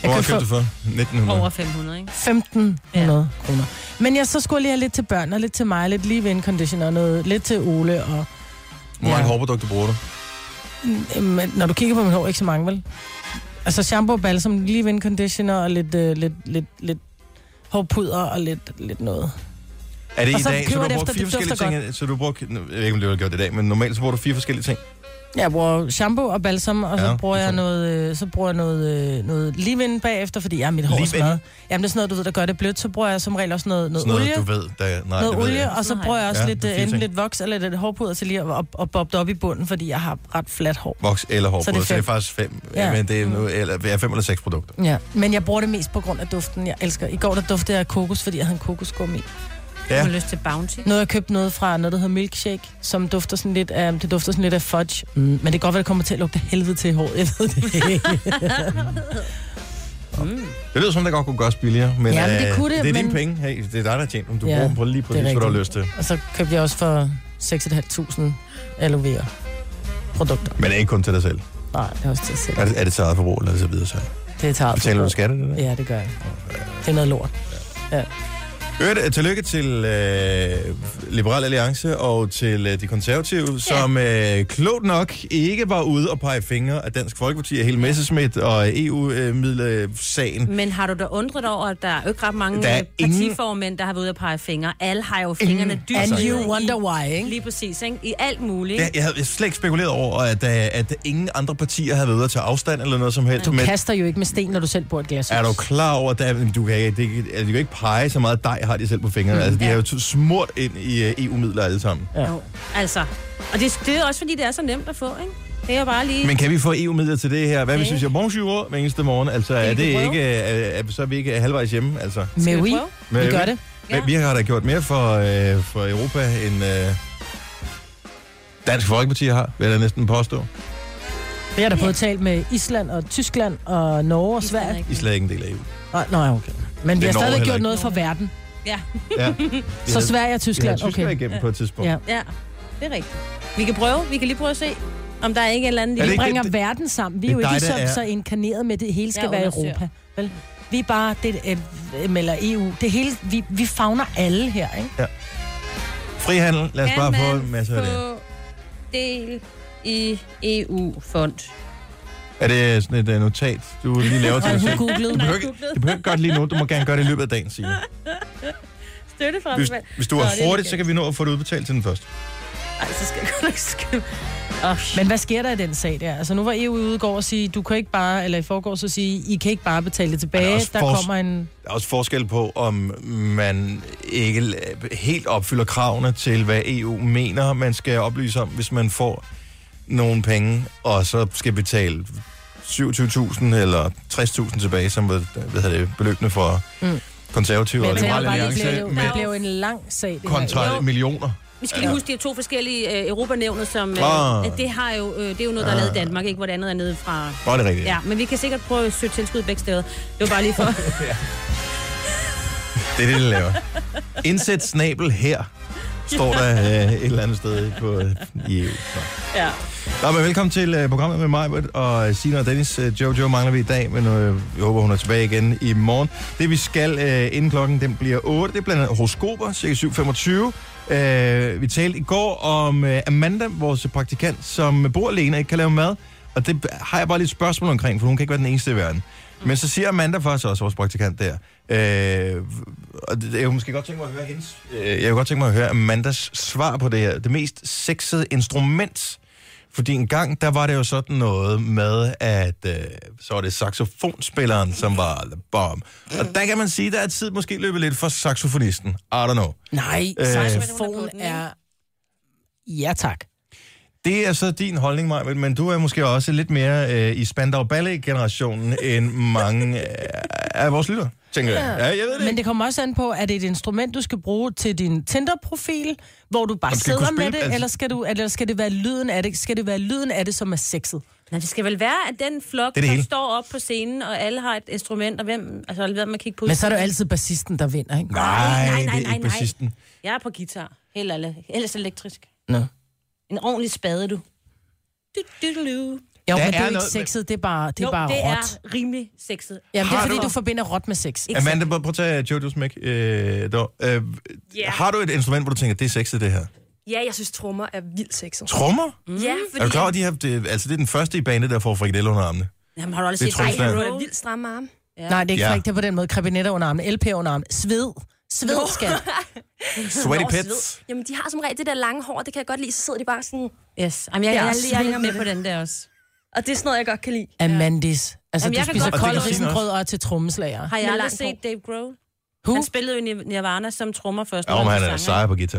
A: Hvor meget
B: købte
A: købte du for? 1900.
C: Over 500, ikke?
B: 1500 ja. kroner. Men jeg så skulle lige have lidt til børn, og lidt til mig, lidt lige ved en conditioner, noget, lidt til Ole, og
A: Hvor mange
B: Ja.
A: hårprodukter bruger du?
B: øhm, når du kigger på mit hår, ikke så mange, vel? Altså shampoo og balsam, lige ved en conditioner, og lidt, øh, lidt, lidt, lidt hårpuder, og lidt, lidt noget.
A: Er det
B: Og
A: i
B: så
A: dag, så
B: køber
A: du
B: det
A: bruger
B: efter,
A: fire
B: det
A: forskellige
B: dufter
A: ting? øh, Så du bruger, jeg ved ikke, om du har gjort det i dag, men normalt så bruger du fire forskellige ting.
B: Jeg bruger shampoo og balsam, og ja,
A: Ja,
B: så bruger jeg
A: sådan.
B: noget, øh, så bruger jeg noget, øh, noget leave-in bagefter, fordi jeg ja, mit hår er
A: Leave-in?
B: smadret. Jamen, det er sådan noget, du ved, der gør det blødt, så bruger jeg som regel også noget, noget,
A: Sådan noget,
B: olie.
A: du ved. Der, nej,
B: noget
A: det ved
B: olie,
A: jeg.
B: og så
C: Nej.
B: bruger jeg også
A: Ja,
B: lidt,
A: det er
B: øh,
A: fint
B: enten
A: ting.
B: lidt voks eller lidt hårpuder til lige at og, og bobbe det op i bunden, fordi jeg har ret flat hår.
A: Voks eller hårprodukter, så det er,
B: fem.
A: faktisk fem. Ja.
B: Ja. Mm.
A: Men det er, nu, eller, ja, fem eller seks produkter.
B: Ja, men jeg bruger det mest på grund af duften, jeg elsker. I går der duftede jeg af kokos, fordi jeg havde en kokosgummi.
C: Ja.
A: Ja.
C: Du har lyst til Bounty.
B: Nu har jeg købt noget fra noget, der hedder Milkshake, som dufter sådan lidt af, det dufter sådan lidt af fudge. Mm, men det kan godt være, det kommer til at lugte af helvede til i håret, <laughs> jeg ved det ikke.
A: Det lyder som, det godt kunne gøres billigere, men,
B: Ja, men det
A: øh,
B: kunne det,
A: det er dine
B: men-
A: penge. Hey, det er dig, der har tjent dem. Du
B: Ja,
A: bruger dem på lige
B: det
A: præcis,
B: er
A: hvad du har
B: rigtigt.
A: lyst til.
B: og så købte jeg også for 6.500 aloe vera produkter.
A: Men det er ikke kun til dig selv.
B: Nej, det er også til at sælge.
A: Er det, er det til eget forbrug, eller er det til videre salg?
B: Det er tager
A: Betaler du skat af det der?
B: Ja, det gør jeg. Det er noget lort.
A: Øvrigt, øh, tillykke til øh, Liberal Alliance og til øh, de konservative, yeah. som øh, klogt nok ikke var ude og pege fingre af Dansk Folkeparti og hele Messerschmidt og E EU-middelsagen.
C: Men har du da undret dig over, at der er jo ikke ret mange
A: Der er
C: øh,
A: ingen-
C: partiformænd, der har været ude at pege fingre? Alle har jo fingrene dybt
B: And
C: nede
B: you wonder
C: i,
B: why, ikke?
C: Lige præcis, ikke? I alt muligt.
A: Jeg, jeg havde slet ikke spekuleret over, at, øh, at ingen andre partier havde været ude at tage afstand eller noget som helst.
B: Du
A: men
B: kaster jo ikke med sten, når du selv bor i et glashus.
A: er du klar over, at der, du, kan, ikke- det, kan- altså, du kan ikke pege så meget dig har de selv på fingrene. Mm, altså, de ja. har jo t- smurt ind i øh, EU-midler alle sammen. Ja.
C: Jo, altså. Og det, det er også fordi, det er så nemt at få, ikke? Det er bare lige...
A: Men kan vi få EU-midler til det her? Hvad hvis vi siger bonjour hver eneste morgen? Altså, er
C: vi
A: det
C: prøve?
A: ikke, øh, er, så er vi ikke halvvejs hjemme? Altså.
B: Med
C: vi
B: vi,
C: prøve?
A: Men
B: vi gør det.
A: Ja.
C: Ja.
A: Vi har da gjort mere for, øh, for Europa, end øh, Dansk Folkeparti har, vil jeg da næsten påstå.
B: Vi har da både talt med Island og Tyskland og Norge og
C: Island er
B: Sverige.
C: ikke
A: I er slet ikke en del af E EU.
B: Nej, nej, okay. Men vi
A: er Norge
B: har stadig
A: heller
B: gjort
A: ikke.
B: noget for verden.
C: Ja,
A: Ja.
B: Så Sverige og
A: Vi havde
B: Tyskland,
A: Tyskland
B: okay.
A: igennem på et tidspunkt.
B: Ja.
C: ja. Det er rigtigt. Vi kan prøve. Vi kan lige prøve at se, om der er ikke en eller anden
A: Er det
B: Vi
A: ikke
B: bringer
A: det-
B: verden sammen. Vi er
A: det
B: jo
A: er
B: ikke ligesom
A: dig, der
B: så,
A: er-
B: så inkarneret med, at det hele skal
C: Jeg
B: være
C: undersøger.
B: Europa. Vel? Vi er bare, det, øh, øh, eller EU, det hele, vi, vi fagner alle her, ikke?
A: Frihandel, lad os
F: Kan
A: bare få
F: man
A: en masse af det.
F: få del i
C: E
F: EU-fond.
A: Er det sådan et øh, notat, du lige laver til dig
B: Og hun
A: selv?
B: googlede.
A: Du behøver ikke, du behøver ikke gøre det lige nu, du må gerne gøre det i løbet af dagen, Signe.
C: Støtte fra
A: Hvis, hvis du
C: Nå,
A: er
C: det er
A: hurtigt,
C: lidt
A: så kan vi nå at få det udbetalt til den første.
C: Ej, så skal jeg godt nok skrive. Oh,
B: Men hvad sker der i den sag der? Altså nu var EU ude i går og sige, du kan ikke bare, eller i forgår så sige, I kan ikke bare betale det
A: Ej, der er
B: tilbage,
A: også
B: der
A: fors-
B: kommer en...
A: Der er også forskel på, om man ikke la- helt opfylder kravene til, hvad EU mener, man skal oplyse om, hvis man får nogle penge, og så skal betale 27.000 eller 60.000 tilbage, som var hvad hedder det, beløbene for
B: Mm.
A: mm. konservative og
B: Men det,
A: liberale
B: bare, det, blev,
A: alliance
B: jo-
A: med
B: det blev jo en lang sag, det her.
A: kontra
B: Jo.
A: millioner.
C: Vi skal lige huske, de er to forskellige øh, Europanævner, som... Øh,
A: Ah.
C: at det, har jo, øh, det er jo noget, der er lavet i Danmark, ikke? Hvor det andet er nede fra...
A: Nå, det er rigtigt.
C: Ja, men vi kan sikkert prøve at søge tilskud begge steder. Det var bare lige for...
A: Det er det, det laver.
B: <laughs>
A: Indsæt snabel her, står der øh, et eller andet sted på, øh, i EU. Nå.
C: ja.
A: Nå, men velkommen til uh, programmet med mig, Britt, og øh, Sina og Dennis. Uh, Jojo mangler vi i dag, men uh, jeg håber, hun er tilbage igen i morgen. Det vi skal uh, inden klokken, den bliver 8. Det er blandt andet horoskoper, cirka 7.25. Uh, vi talte i går om uh, Amanda, vores praktikant, som bor alene og ikke kan lave mad. Og det har jeg bare lidt spørgsmål omkring, for hun kan ikke være den eneste i verden. Men så siger Amanda faktisk også, vores praktikant der. Øh, og det, jeg kunne måske godt tænke mig at høre hendes, øh, jeg kunne godt tænke mig at høre Amandas svar på det her. Det mest sexede instrument, fordi en gang, der var det jo sådan noget med, at øh, så var det saxofonspilleren, som var the bomb. Og der kan man sige, der er tid måske løbet lidt for saxofonisten. I don't know.
B: Nej,
A: Øh.
B: saxofon er... Ja, tak.
A: Det er så din holdning, Maja, men du er måske også lidt mere øh, i Spandau Ballet-generationen end mange øh, af vores lytter, tænker jeg. Ja, jeg ved det
B: Men det kommer også an på, er det et instrument, du skal bruge til din Tinder-profil, hvor du bare
A: Om skal
B: sidder
A: kunne
B: med
A: spille,
B: det,
A: altså.
B: eller skal, du, eller skal det være lyden af det, skal det være lyden af det, som er sexet?
C: Nå, det skal vel være, at den flok,
A: Det er det
C: der
A: hele.
C: står op på scenen, og alle har et instrument, og hvem... Altså, alle ved, man kigger på...
B: Men så er det jo altid bassisten, der vinder, ikke?
A: Nej,
C: nej,
A: det
C: nej,
A: er
C: nej,
A: ikke
C: nej.
A: bassisten.
C: Jeg er på guitar. Helt alle. Ellers elektrisk.
B: Nå.
C: En ordentlig spade, du. Du, du, du, du.
B: Jo,
A: Der
B: men det
A: er
B: er jo ikke
A: noget med-
B: sexet, det er bare, det er
C: Jo,
B: bare
C: det
B: råt.
C: er rimelig sexet.
B: Jamen, det er
A: Har
B: fordi,
A: du-
B: du forbinder råt med sex.
C: Ikke
A: Amanda, prøv prøv at tage Jojo's mic. Øh, dog. øh,
G: Ja.
A: Har du et instrument, hvor du tænker, det er sexet, det her?
G: Ja, jeg synes, trommer er vildt sexet.
A: Trommer?
C: Mm. Ja, fordi...
A: Er du klar over, at de har, det, altså, det er den første i banen, der får frikadeller under armene?
C: Jamen, har du aldrig
A: Det
C: set
A: tror jeg
C: Ej,
A: slet ikke.
G: Du har
C: Road?
G: vildt stramme arme.
B: Nej, det er ikke
A: Ja.
B: ja. rigtigt på den måde. Krebinetter under armen, LP under armen, sved. Sved, skal.
A: <laughs> Sweaty
G: Og
A: pits.
G: sved. Jamen, de har som regel det der lange hår, det kan jeg godt lide. Så sidder de bare sådan...
C: Yes. Jamen, jeg, jeg,
G: Ja,
C: jeg, jeg,
G: svinger
C: er
G: med
C: med på den der også.
G: Og det er sådan noget, jeg godt kan lide.
B: Amandis. Altså, Jamen,
C: Jamen,
B: du
C: jeg kan
B: spiser
C: godt-
A: Og det
B: kold
A: kan
B: risengrød og er til trommeslager.
C: Har jeg
G: Med
C: aldrig
G: langt
C: set Dave Grohl?
B: Who?
C: Han spillede jo i Nir- Nirvana som trommer først.
A: Ja,
C: og
A: men han er
C: sanger.
A: sejr på guitar.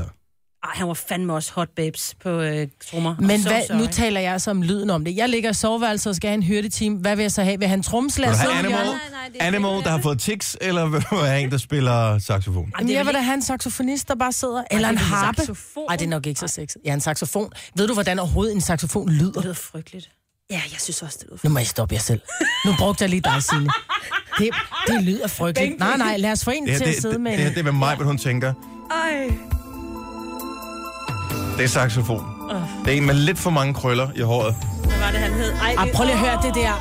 C: Ej, han var fandme også hot babes på øh, trommer.
B: Men
C: So
B: hvad,
C: sorry.
B: nu taler jeg så om lyden om det. Jeg ligger i soveværelset og skal have en hyrdeteam. Hvad vil jeg så have? Vil han trommeslager
A: Vil du
B: sidde
A: have
B: i
A: Animal?
B: hjørnet?
C: nej, det er-
A: Animal, der har fået tics, eller <laughs> vil du have en, der spiller saxofon?
C: Ej,
B: Jamen,
C: det er
B: jeg vil
C: vel
B: da have en saxofonist, der bare sidder. Eller en
C: det er en
B: harpe.
C: saxofon.
B: Nej, det er nok ikke så sexet. Ja, en saxofon. Ved du, hvordan overhovedet en saxofon lyder?
C: Det lyder frygteligt.
G: Ja, jeg synes også, det lyder
B: Nu må I stoppe jer selv. Nu brugte jeg lige dig, Signe. Det, det lyder frygteligt. Nej, nej, lad os få en
A: Det her,
B: til at
A: det,
B: sidde
A: det,
B: med
A: det,
B: en...
A: her, det er med mig, hvad hun tænker.
G: Ej.
A: Det er saxofon. Det er en med lidt for mange krøller i håret.
C: Hvad var det, han hed? Ej,
B: Ah,
C: det-
B: prøv lige at høre det der.
C: Jeg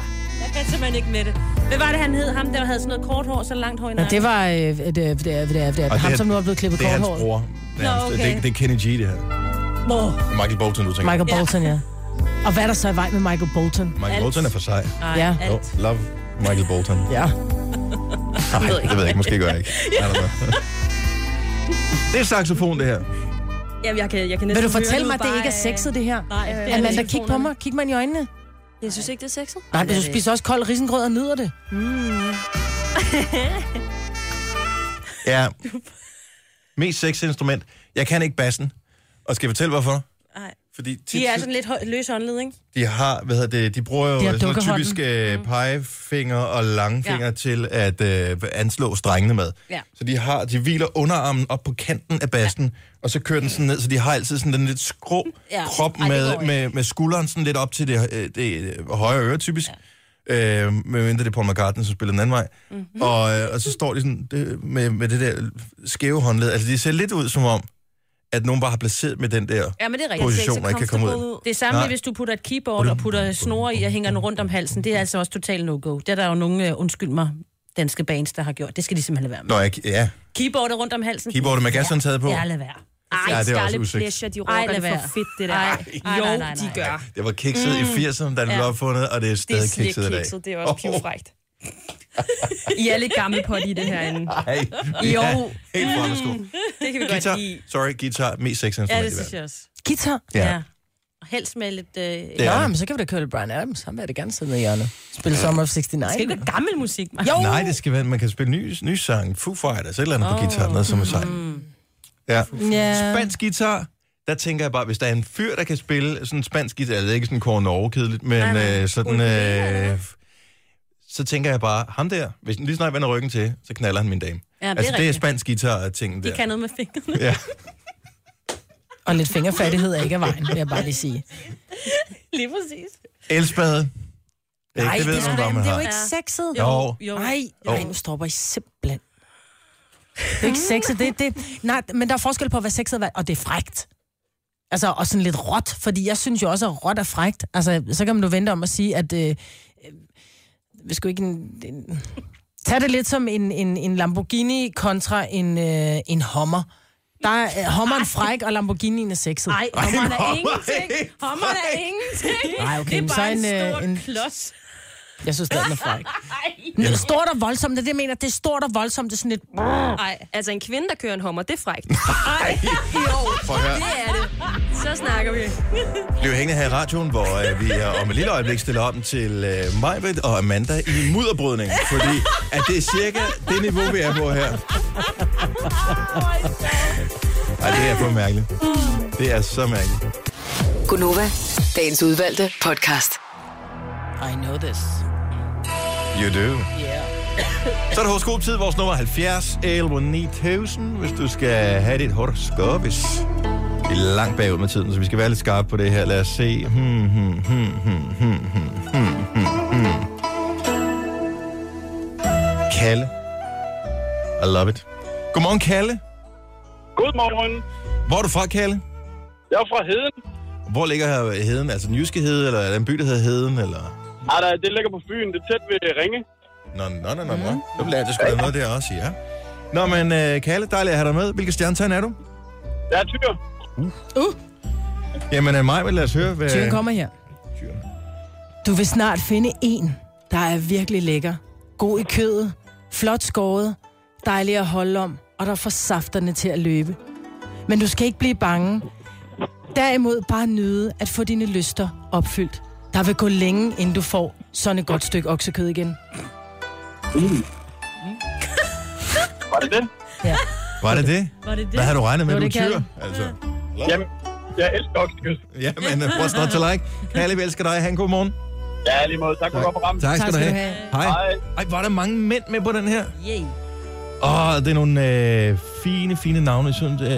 C: kan simpelthen ikke med det. Hvad var det, han hed? Ham, der havde sådan noget kort hår, så langt hår i
B: Nå,
C: nakken.
B: det var øh, det, det, det, det, det,
A: Og
B: ham,
A: det er-
B: som nu er blevet klippet
A: Det er hans
B: korthåret.
A: bror. nærmest.
C: okay.
A: Det, er- det er Kenny G, det her.
B: Hvor?
A: Michael Bolton, du tænker.
B: Michael Bolton, ja. Og hvad er der så i vej med Michael Bolton?
A: Michael Bolton er for sej.
C: Nej,
B: Ja.
A: Jo,
C: alt.
A: love Michael Bolton.
B: Ja.
A: Nej, det ved jeg ikke. Måske gør jeg ikke. I don't know. Det er saxofon, det her.
G: Jamen, jeg kan, jeg kan næsten
B: Vil du
G: høre
B: fortælle
G: ud
B: mig, at det
G: bare
B: ikke er
G: af-
B: sexet, det her?
C: øh, Nej, det er
B: Amanda,
C: det.
B: kig på mig. Kig mig i øjnene.
G: Jeg synes ikke, det er sexet.
B: Nej, men du spiser også kold risengrød og nyder det.
A: Ja. Mest sexinstrument. Jeg kan ikke bassen. Og skal jeg fortælle, hvorfor?
C: Nej.
A: Fordi tit,
C: De er sådan lidt hø- løs håndled, ikke?
A: de har, hvad hedder det, de bruger jo
B: De har
A: sådan noget
B: dukkehånden.
A: typisk øh, pegefinger og langfinger ja. til at øh, anslå strengene med.
C: Ja.
A: Så de har, de hviler underarmen op på kanten af bassen, ja. og så kører den sådan ned, så de har altid sådan den lidt skrå
C: Ja.
A: ja. krop
C: Ej, det går
A: med,
C: ikke.
A: med, med skulderen sådan lidt op til det, øh, det øh, højre øre typisk. Ja. Øh, med mindre det er Paul McCartney, som spiller den anden vej. Mm-hmm. Og, øh, og så står de sådan det, med, med det der skæve håndled. Altså, de ser lidt ud som om, at nogen bare har placeret med den der
C: Ja, men det er rigtigt.
A: position, og ikke kan komme ud.
C: Det er samme,
A: Nej.
C: Nej. hvis du putter et keyboard og putter snore i og hænger den rundt om halsen. Det er altså også totalt no-go. Det er der jo nogen, øh, undskyld mig, danske bands, der har gjort. Det skal de simpelthen lade være med.
A: Nå, jeg, ja.
C: Keyboardet rundt om halsen.
A: Keyboardet med gashåndtaget på.
C: Ja, lad være.
G: Ej,
A: Ja,
G: ja,
A: det er
G: det
A: også
G: Scarlet
A: usikt.
G: Pleasure, de
C: Ej,
G: rocker
C: lad
G: det
C: være.
G: for fedt, det der.
C: Ej,
G: Ej,
C: ej,
G: jo,
C: nej, nej,
G: de
C: nej.
G: gør.
A: Det var kikset mm. i 80'erne, da den ja. blev opfundet, og det er
G: Det er
A: stadig
G: slet
A: kikset i dag.
G: kikset, det er også
A: Åh,
G: pivfrægt. I er lidt gamle på det herinde.
A: Ej,
B: Jo.
A: Ja, helt folkesko.
G: Det kan vi godt
A: Guitar,
G: lide.
A: sorry, guitar, mest sexinstrument
C: Ja,
A: i
C: det
A: verden.
C: synes jeg også.
B: Guitar.
A: Ja.
C: Ja. Og helst med lidt... Øh,
A: Det
C: det
A: er
B: Ja,
A: det.
B: men så kan vi da køre lidt Brian Adams. Han vil jeg da gerne sidde ned i hjørnet. Spille Summer of 69.
C: er ikke gammel musik, man. <laughs>
B: Jo!
A: Oh. Nej, det skal være, man kan spille ny, ny sang, Foo Fighters, et eller andet oh. på guitar, noget som er sejt. Ja.
B: Ja.
A: Spansk guitar, der tænker jeg bare, hvis der er en fyr, der kan spille sådan en spansk guitar, det er ikke sådan Kåre Norge kedeligt, men nej, nej. Øh, sådan... Øh, så tænker jeg bare, ham der, hvis lige snart vender ryggen til, så knaller han min dame.
C: Ja, det er
A: altså, det er
C: rigtigt.
A: spansk guitar-tingen der.
C: De kan noget med fingrene.
A: Ja.
B: Og lidt fingerfattighed er ikke af vejen, vil jeg bare lige sige.
C: Lige præcis.
A: Elspade. Det,
B: Nej,
A: det ved
B: det,
A: man,
B: det,
A: hvor man
B: det er jo
A: har.
B: ikke sexet.
A: Jo.
C: Jo.
B: Nej,
A: Jo.
B: nej, nu stopper I simpelthen. Det er ikke sexet, det, det, nej, men der er forskel på, hvad sexet er, og det er frægt. Altså, og sådan lidt råt, fordi jeg synes jo også, at råt er frægt. Altså, så kan man jo vente om at sige, at... Øh, øh, hvis du ikke... En, en, tag det lidt som en, en, en Lamborghini kontra en, øh, en Hummer. Der er øh, Hummeren fræk, og Lamborghinien er sexet.
C: Nej, hommeren er
A: Ej,
C: ingenting. Hommeren er ingenting.
B: Ej, okay,
C: det
B: men
C: er
B: så
C: bare en,
B: en, øh,
C: stor
B: en-
C: klods.
B: Jeg synes, det er fræk.
C: Ej,
B: Stort og voldsomt, det er det, jeg mener. Det er stort og voldsomt, det er sådan lidt...
C: ej.
G: Altså, en kvinde, der kører en hummer, det er frægt.
A: Prøv at høre.
G: Det er det. Så snakker vi.
A: Bliv hængende her i radioen, hvor øh, vi er om et lille øjeblik stiller om til øh, Majbet og Amanda i mudderbrydning, fordi at det er cirka det niveau, vi er på her. Ej, det er for mærkeligt. Det er så mærkeligt.
E: Gunova, dagens udvalgte podcast.
B: I know this.
A: You do. <coughs> Så er det horoskoptid, vores nummer 70, 11, 9000, hvis du skal have dit horoskop. hvis- Vi er langt bagud med tiden, så vi skal være lidt skarpe på det her. Lad os se. Hmm, hmm, hmm, hmm, hmm, hmm, hmm, hmm, hmm. Kalle. I love it. Godmorgen, Kalle.
H: Godmorgen.
A: Hvor er du fra, Kalle?
H: Jeg er fra Heden.
A: Hvor ligger heden? Altså den jyske hede, eller er der en by, der hedder Heden? Eller...
H: Ej, Ah, der, det ligger på Fyn. Det er tæt ved Ringe.
A: Nå, nå, nå, nå, nå. Nu lærte jeg sgu da noget der også, ja. Nå, men øh, Kalle, dejligt at have dig med. Hvilke stjernetegn er du?
H: Der er tyr.
A: Jamen, øh, mig, lad os høre, hvad...
B: Tyren kommer her.
A: Tyren.
B: Du vil snart finde en, der er virkelig lækker. God i kødet, flot skåret, dejlig at holde om, og der får safterne til at løbe. Men du skal ikke blive bange. Derimod bare nyde at få dine lyster opfyldt. Der vil gå længe, inden du får sådan et godt stykke oksekød igen.
H: Var det det?
A: Var det det?
C: Var det det?
A: Hvad har du regnet med,
B: Det
A: du
B: var
A: er
B: det,
A: tyr?
B: Kalle.
A: Altså,
H: Jamen, jeg elsker oksekød.
A: ja, men uh, what's not to like? Kalle, vi elsker dig. Han, god morgen.
H: Ja, lige måde. Tak for at du var på rammen.
A: Tak skal du
B: Tak skal du
A: have. Hej.
H: Hej.
A: Ej, var der mange mænd med på den her?
C: Yay.
A: Åh, det er nogle øh, fine, fine navne. Jeg synes, øh, øh,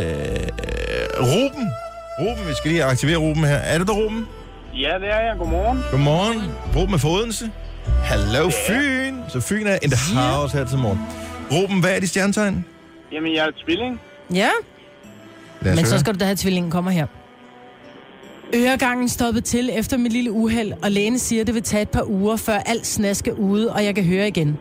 A: Ruben. Ruben, vi skal lige aktivere Ruben her. Er det der, Ruben?
H: Ja, det er jeg. Godmorgen.
A: Godmorgen. Ruben er fra Odense. Hallo, Fyn. Så Fyn er in the house her til morgen. Ruben, hvad er dit stjernetegn?
H: Jamen, jeg er tvilling.
B: Ja,
A: Lad os
B: Men så
A: høre.
B: skal du da have at tvillingen kommer her. Øregangen stoppede til efter mit lille uheld, og lægen siger, det vil tage et par uger, før alt snask er ude, og jeg kan høre igen.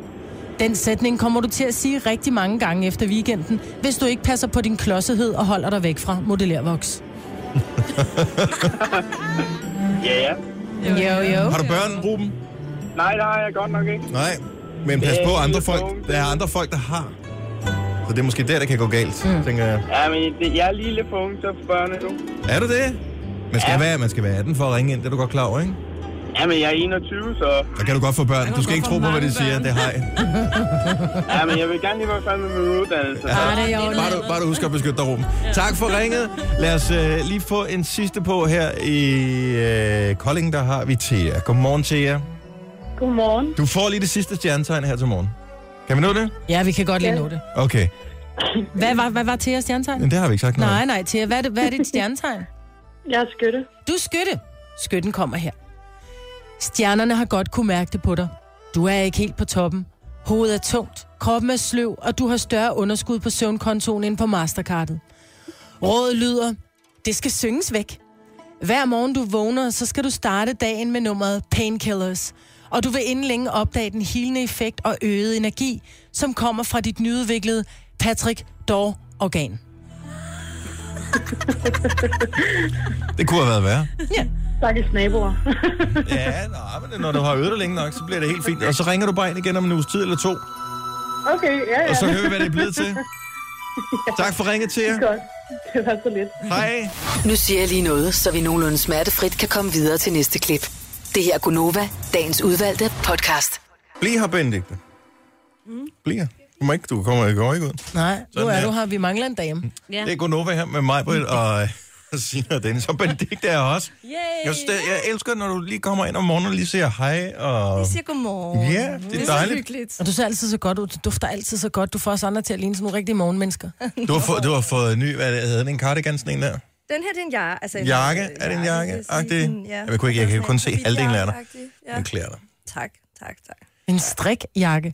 B: Den sætning kommer du til at sige rigtig mange gange efter weekenden, hvis du ikke passer på din klodsethed og holder dig væk fra modellervoks.
H: Ja, ja.
B: Jo, jo.
A: Har du børn, Ruben?
H: Nej, det har jeg godt nok ikke.
A: Nej, men pas
H: Det
A: på
H: er
A: andre
H: helt
A: folk.
H: tungt.
A: Der er andre folk, der har. Så det er måske der, det kan gå galt, mm. tænker jeg.
H: Ja, men det, jeg er lige lidt for ung til at få børn nu.
A: Er du det? Man skal, ja.
H: Ja.
A: være, man skal være 18 for at ringe ind, det er du godt klar over, ikke?
H: Jamen, jeg er 21, så...
A: Der kan du godt få børn. Du skal ikke tro på, hvad de siger. Det er hej.
H: Ja, men jeg vil gerne lige være færdig med min uddannelse.
B: Ah, det er jo
A: Bare du, bare du husker at beskytte dig, Ruben. Tak for ringet. Lad os øh, lige få en sidste på her i øh, Kolding. Der har vi Thea. Godmorgen, Thea.
I: Godmorgen.
A: Du får lige det sidste stjernetegn her til morgen. Kan vi nå det?
B: Ja, vi kan godt lige nå det.
A: Okay.
B: Hvad var, hvad var Theas stjernetegn?
A: Men det har vi ikke sagt noget. om.
B: Nej, nej, Thea, hvad er, det, hvad er dit stjernetegn?
I: <laughs> Jeg er skytte.
B: Du er skytte. Skytten kommer her. Stjernerne har godt kunne mærke det på dig. Du er ikke helt på toppen. Hovedet er tungt, kroppen er sløv, og du har større underskud på søvnkontoen end på Mastercardet. Rådet lyder, det skal synges væk. Hver morgen du vågner, så skal du starte dagen med nummeret Painkillers. Og du vil inden længe opdage den hilende effekt og øgede energi, som kommer fra dit nyudviklede Patrick Dor-organ.
A: Det kunne have været værre.
I: Stakkels naboer.
A: Ja, nå, men når du har øvet det længe nok, så bliver det helt fint. Og så ringer du bare ind igen om en uges tid eller to,
I: okay, ja, ja.
A: og så hører vi, hvad det er blevet til. Tak for ringet til jer.
I: Godt. Det var så lidt.
A: Hej.
E: Nu siger jeg lige noget, så vi nogenlunde smertefrit kan komme videre til næste klip. Det her er Gunova, dagens udvalgte podcast.
A: Bliv her, Benedikte. Bliv her. Du må ikke, du kommer ikke, går ikke ud.
B: Nej, nu
A: Sådan
B: er
A: her.
B: du her. Vi mangler en dame.
C: Ja.
A: Det er Gunova her med mig, Britt, og øh, Signe og Dennis, og Benedikte er også. Jeg, synes, det- jeg elsker, når du lige kommer ind om morgenen og lige siger hej, og...
G: Jeg siger godmorgen.
A: Ja, det er
G: Det er så
A: dejligt.
G: hyggeligt.
B: Og du ser altid så godt ud. Du dufter altid så godt. Du får os andre til at ligne sådan nogle rigtige
G: <laughs>
B: morgenmennesker.
A: Du har, fået, du har fået en ny, hvad det hedder, den, en cardigan, sådan en der.
G: Den her, det er en jakke. Altså, en-
A: Jakke? Er det en jakke?
G: vil jeg sige.
A: Agtig?
G: Sådan,
A: Jamen, jeg kunne ikke- jeg kan
G: Sådan
A: kun
G: en
A: se
G: kabit-
A: halvdelen af dig.
G: agtig. Ja.
A: Den klæder dig.
G: Tak, tak, tak.
B: En strikjakke.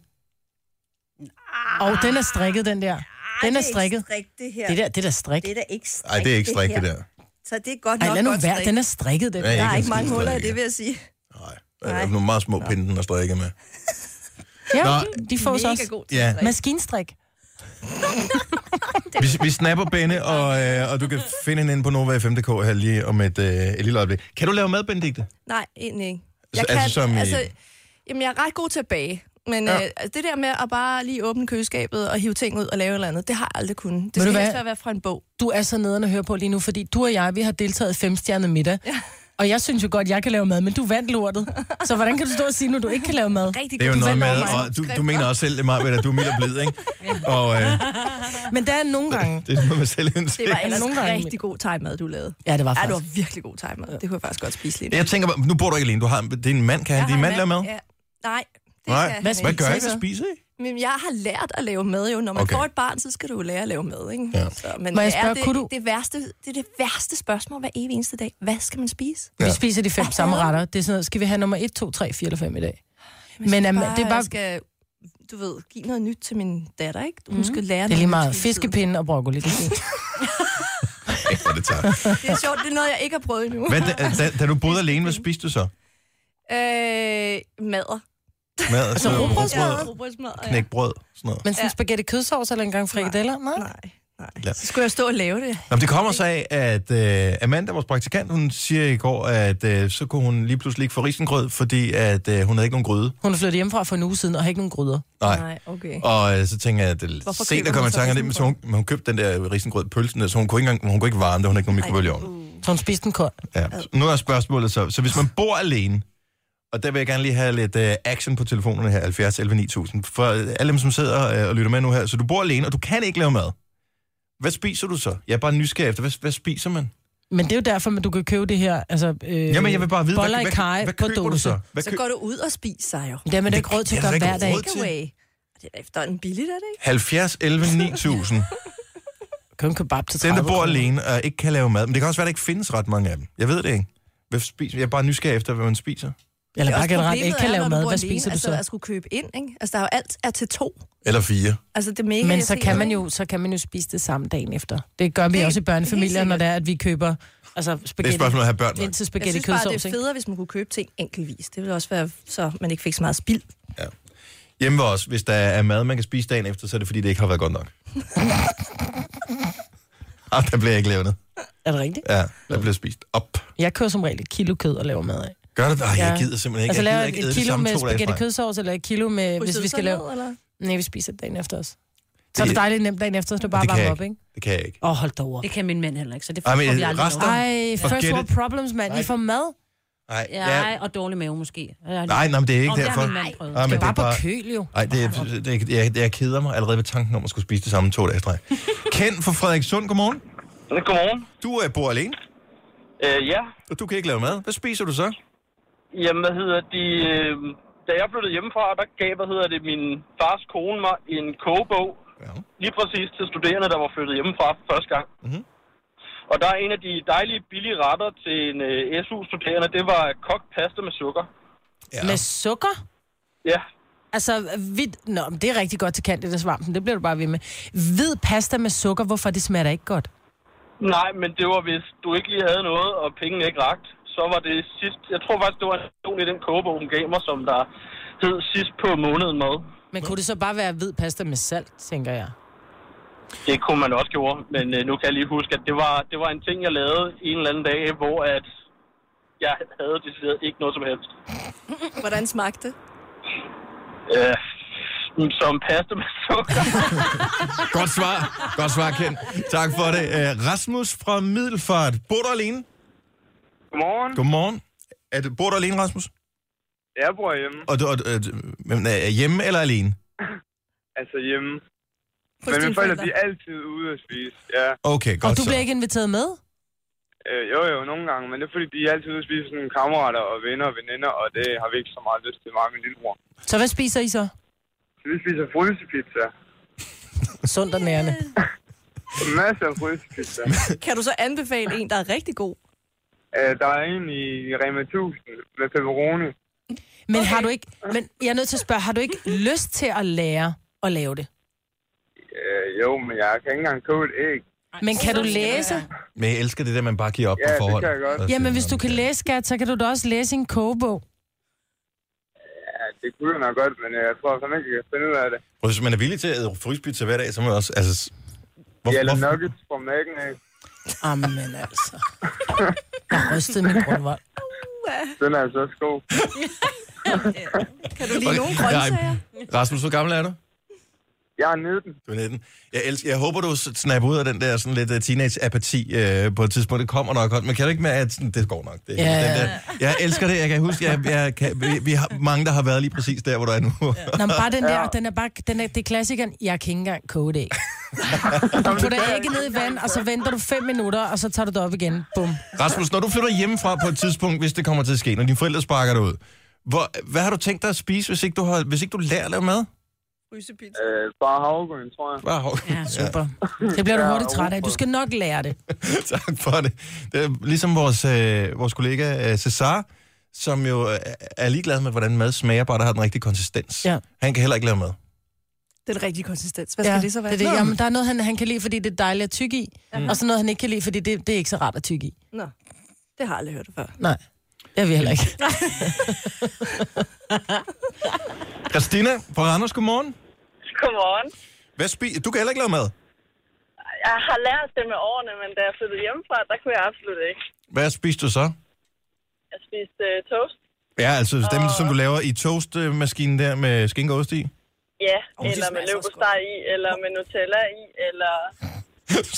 B: Og den er strikket, den der. Den er strikket.
G: Det er ikke strik, det her.
B: Det der, det der strik.
G: Det er da ikke strik.
A: Ej, det er ikke strik, det
G: her.
A: der.
G: Så det er godt nok
B: Ej, lad nu
G: godt
B: være.
G: strik.
B: Den er strikket, den
A: Ja,
G: Der
B: der.
G: er ikke
A: en
G: mange
A: skid
G: huller i
A: strik,
G: det, vil jeg sige.
A: Nej, der er nogle meget små pinde, den er strikket med.
B: Ja,
A: Nå.
B: de får os
G: Mega
B: også.
G: god til
A: Ja.
G: strik.
B: Maskinstrik.
A: Vi, vi snapper Benne, og, øh, og du kan finde hende inde på Nova FM.dk her lige om et, øh, et lille øjeblik. Kan du lave mad, Benedikte?
J: Nej, egentlig ikke.
A: Så- altså som i-
J: jamen, jeg er ret god til at bage. Men
A: Ja.
J: ja. øh, altså, det der med at bare lige åbne køleskabet og hive ting ud og lave et eller andet, det har jeg aldrig kunnet.
B: Ved
J: Det
B: du
J: skal
B: hvad?
J: helst være- være fra en bog.
B: Du er så nede og høre på lige nu, fordi du og jeg, vi har deltaget i femstjernet middag. Ja. Og jeg synes jo godt, jeg kan lave mad, men du vandt lortet. Så hvordan kan du stå og sige nu, du ikke kan lave mad?
G: Rigtig
A: Det er jo noget med,
B: over mig.
A: og du, du mener også selv, det er meget ved, at du er midt og blid, ikke? Og øh,
B: Men der er nogle gange...
A: det er sådan noget med
J: Det var
A: selvindsigt.
J: ellers
B: nogle
J: nogle
B: gange-
J: rigtig god thai-mad, du lavede.
B: Ja, det var
J: Ja, det
B: faktisk.
J: var virkelig god thai-mad. Det kunne jeg faktisk godt spise lige nu.
A: Jeg tænker, bare, nu bor du ikke alene, du har, din mand, kan han din mand lave mad?
J: Ja. Nej, det
A: Nej,
J: kan
B: Hvad
J: jeg
A: hvad
B: spiser
A: gør
B: I
A: I? Hvad
B: så?
A: spiser I?
J: Men jeg har lært at lave mad jo. Når man
A: Okay.
J: okay. får et barn, så skal du jo lære at lave mad, ikke?
A: Ja.
J: Så, men
B: Må jeg
J: det er
B: spørge,
J: det,
B: kunne du-
J: Det, værste, det er det værste spørgsmål hver evig eneste dag. Hvad skal man spise?
B: Vi
A: Ja.
B: spiser de fem samme retter. Det er sådan noget, skal vi have nummer 1, 2, 3, 4 eller 5 i dag? Men
J: Jeg
B: am,
J: synes
B: det er bare...
J: jeg skal, du ved, give noget nyt til min datter, ikke? Hun mm. skal lære
B: Mhm. Det er lige
J: noget nyt
B: meget
J: hele tiden.
B: fiskepinde og broccoli. Det er fint.
A: Ja, hvor det tager.
J: Det er sjovt, det er noget, jeg ikke har prøvet endnu.
A: Hvad, da, da, da, du boede alene, hvad spiste du så?
J: Øh, madder.
A: Mad, altså,
J: Ja, rugbrødsmadder, ja.
A: knækbrød, sådan noget.
B: Men sådan spaghetti kødsovs eller en gang frikadeller? Nej. Nej.
J: Nej,
A: Ja.
J: nej. Så skulle jeg stå og lave det.
A: Nå, men det kommer så af, at øh, Amanda, vores praktikant, hun siger i går, at øh, så kunne hun lige pludselig ikke få risengrød, fordi at, øh, hun havde ikke nogen gryde.
B: Hun er flyttet hjemmefra for en uge siden og har ikke nogen gryder.
A: Nej.
J: Nej, okay.
A: Og øh, så tænker jeg, at det er
J: Hvorfor
A: sent
J: køber
A: at komme i
J: hun så
A: tanke om det, men så hun, men hun købte den der risengrød pølsen, der, så hun kunne ikke, engang, hun kunne ikke varme det, hun havde ikke nogen mikrobølge om.
B: Så hun spiste den kold.
A: Ja. Så Nu er spørgsmålet så, så hvis man bor alene, og der vil jeg gerne lige have lidt øh, action på telefonerne her, 70 11 9000, for øh, alle dem, som sidder øh, og lytter med nu her, så du bor alene, og du kan ikke lave mad. Hvad spiser du så? Jeg er bare nysgerrig efter, hvad, hvad spiser man?
B: Men det er jo derfor, at du kan købe det her. Altså, øh,
A: Jamen, jeg vil bare vide,
B: boller
A: hvad,
B: i kaj
A: hvad, hvad
B: på
A: køber du
B: dåse.
A: så? Hvad
J: Så går du ud og spiser jo.
B: Det har man da ikke råd til at
A: Det er
B: gøre
A: der ikke
B: hver dag.
A: råd til.
J: Away. Det er efterhånden billigt, er det ikke?
A: 70, 11, 9000.
B: Køb en kebab til 30
A: Den, der bor
B: kroner.
A: alene og ikke kan lave mad. Men det kan også være, der ikke findes ret mange af dem. Jeg ved det ikke. Hvad spiser? Jeg er bare nysgerrig efter, hvad man spiser.
B: Eller bare
J: Også
B: generelt
J: problemet
B: ikke kan
J: er,
B: lave
J: når du
B: mad.
J: bor
B: Hvad
J: alene,
B: spiser du
J: altså,
B: så?
J: at skulle købe ind, ikke? Altså, der er jo alt er til to.
A: Eller fire.
J: Altså, det er mega
B: Men så kan
J: irriterende.
B: man jo, så kan man jo spise det samme dagen efter. Det gør vi
J: Helt-
B: også i børnefamilier,
J: helt
B: når det er, at vi køber altså
A: Det er et
B: spaghetti.
A: spørgsmål at have børn.
B: Ind til
J: Jeg
B: spaghetti
J: synes bare, det
B: kødsovs,
J: er
B: ikke?
J: federe, hvis man kunne købe ting enkeltvis. Det ville også være, så man ikke fik så meget spild.
A: Hjemme ved os, hvis der er mad, man kan spise dagen efter, så er det fordi, det ikke har været godt nok. Ah, der bliver ikke levnet.
B: Er det rigtigt?
A: Ja, der bliver spist op.
B: Jeg kører som regel et kilo kød og laver mad af.
A: Gør det? Ej, jeg
B: Ja.
A: gider simpelthen ikke.
B: Altså
A: jeg
B: laver
A: gider ikke æde det
B: et kilo
A: samme
B: med
A: to dage
B: spaghetti
A: frem.
B: kødsovs, eller et kilo med, hvis vi skal lave...
J: Eller?
B: Nej, vi spiser det dagen efter os. Så er det dejligt nemt dagen efter, så du bare
A: Det kan
B: varmer
A: jeg
B: op, ikke?
A: Det kan jeg ikke.
B: Åh, oh, hold da over.
C: Det kan min mand heller ikke, så det
A: Ej,
C: får
A: men
C: vi aldrig lov.
A: resten-
B: Ej, first
A: Forget
B: world
A: it.
B: problems, mand. I
A: Nej.
B: får mad.
A: Nej,
C: Ja,
A: ja.
C: og dårlig mave måske.
A: Nej, nej, men det er ikke
C: Om det har
A: derfor.
C: min mand prøvet.
A: Ah, men
B: Det
A: det
B: er bare
A: er
B: på køl, jo.
A: Nej, det, er- det, det, jeg, jeg keder mig allerede ved tanken om at skulle spise det samme to dage i streg. Ken fra Frederikssund, godmorgen.
H: Godmorgen.
A: Du øh, bor alene,
H: Øh, ja,
A: og du kan ikke lave mad. Hvad spiser du så?
H: jamen hvad hedder de... Øh, da jeg flyttede hjemmefra, der gav, hvad hedder det, min fars kone mig en kogebog.
A: Ja.
H: Lige præcis til studerende, der var flyttet hjemmefra første gang.
A: Mhm.
H: Mm-hmm. Og der er en af de dejlige billige retter til en øh, SU-studerende, det var kogt pasta med sukker.
A: ja.
B: Med sukker?
H: Ja,
B: Altså, hvid... Nå, men det er rigtig godt til kantet af svampen. Det bliver du bare ved med. Hvid pasta med sukker, hvorfor det smager da ikke godt?
H: nej, men det var, hvis du ikke lige havde noget, og pengene ikke ragt. så var det sidst... Jeg tror faktisk, det var en person i den kogebog, hun gav mig, som der hed sidst på måneden mad.
B: Men kunne det så bare være hvid pasta med salt, tænker jeg?
H: Det kunne man også gjorde, men øh, nu kan jeg lige huske, at det var, det var en ting, jeg lavede en eller anden dag, hvor at jeg havde decideret ikke noget som helst.
J: Hvordan smagte det?
H: Øh, som pasta med sukker.
A: Godt svar. Godt svar, Ken. Tak for det. Øh, Rasmus fra Middelfart. Bor du alene?
K: Godmorgen.
A: Godmorgen. Er du, bor du alene, Rasmus?
K: Jeg bor hjemme.
A: Og du, og, og, men er hjemme eller alene?
K: Altså hjemme.
B: Hos
K: <laughs> Men
J: <laughs>
B: dine
K: mine forældre, de
B: forældre?
K: er altid ude at spise. Ja.
A: Okay,
B: og du bliver ikke inviteret med?
K: Øh, jo, jo, nogle gange. Men det er fordi, de er altid ude at spise sådan nogle kammerater og venner og veninder, og det har vi ikke så meget lyst til, mig og min lillebror.
B: Så hvad spiser I så?
K: Så vi spiser frysepizza.
B: Sundt og nærende.
K: Masser af frysepizza.
J: Kan du så anbefale en, der er rigtig god?
K: øh, der er en i Rema 1000 med pepperoni.
B: Men okay. har du ikke... Men jeg er nødt til at spørge, har du ikke lyst til at lære at lave det?
K: Øh, jo, men jeg kan ikke engang koge et æg.
B: Men kan du læse?
A: Men jeg elsker det der, man bare giver op
K: Ja, det
A: på Altså, øh, forhånd.
K: kan jeg godt.
A: Og siger,
B: Jamen, hvis du kan læse, skat, så kan du da også læse i en kogebog.
K: Ja, det kunne jeg nok godt, men øh, jeg tror fandme ikke, jeg kan finde ud af det.
A: Og hvis man er villig til at æde fryspizza hver dag, så må man også... Altså, s-
K: Hvorfor, Eller
A: hvorfor-
K: nuggets fra mærken af.
B: Amen altså. Jeg har rystet min grundvold.
K: Den er altså også god.
J: Kan du lide nogen
A: Okay. <laughs> Nej.
J: grøntsager?
A: Rasmus, hvor gammel er du?
K: Jeg er 19.
A: Du er 19. Jeg, elsker, jeg håber, du s- snapper ud af den der sådan lidt øh, teenage-apati øh, på et tidspunkt. Det kommer nok godt, men kan du ikke med, at sådan, det går nok? Det,
B: Ja.
A: den der, jeg elsker det. Jeg kan huske, jeg, jeg kan, vi, vi har mange, der har været lige præcis der, hvor du er nu.
B: Nå, men bare den der, den er bare, den er, det er klassikeren, jeg kan ikke engang koge det <laughs> æg. Du putter ægget ned i vand, og så venter du fem minutter, og så tager du det op igen. Bum.
A: Rasmus, når du flytter hjemmefra på et tidspunkt, hvis det kommer til at ske, når dine forældre sparker dig ud, hvor, hvad har du tænkt dig at spise, hvis ikke du, har, hvis ikke du lærer at lave mad?
J: Frysepizza.
K: Øh, bare havregryn, tror jeg.
A: Bare hov.
B: Ja,
A: <laughs>
B: super. Det bliver du hurtigt træt af. Du skal nok lære det.
A: Tak for det. det er ligesom vores, øh, vores kollega øh, Cesar, som jo øh, er ligeglad med, hvordan mad smager, bare der har den rigtige konsistens.
B: Ja.
A: Han kan heller ikke lave mad.
J: Den rigtige konsistens. Hvad skal det så være?
B: Det er det. Jamen, der er noget, han, han kan lide, fordi det er dejligt at tykke i, mm. og så noget, han ikke kan lide, fordi det, det er ikke så rart at tykke i.
J: Nå, det har jeg aldrig hørt før.
B: Nej, det har vi heller ikke.
A: Christina fra Randers, godmorgen.
L: Godmorgen.
A: Hvad spi- du kan heller ikke lave mad.
L: Jeg har lært det med årene, men da jeg flyttede hjemmefra, der kunne jeg absolut ikke.
A: Hvad spiste du så?
L: Jeg spiste øh, toast.
A: Ja, altså dem, som du laver i toastmaskinen der med skinke og ost i.
L: Ja, oh, eller med løbosteg i, eller med Nutella i, eller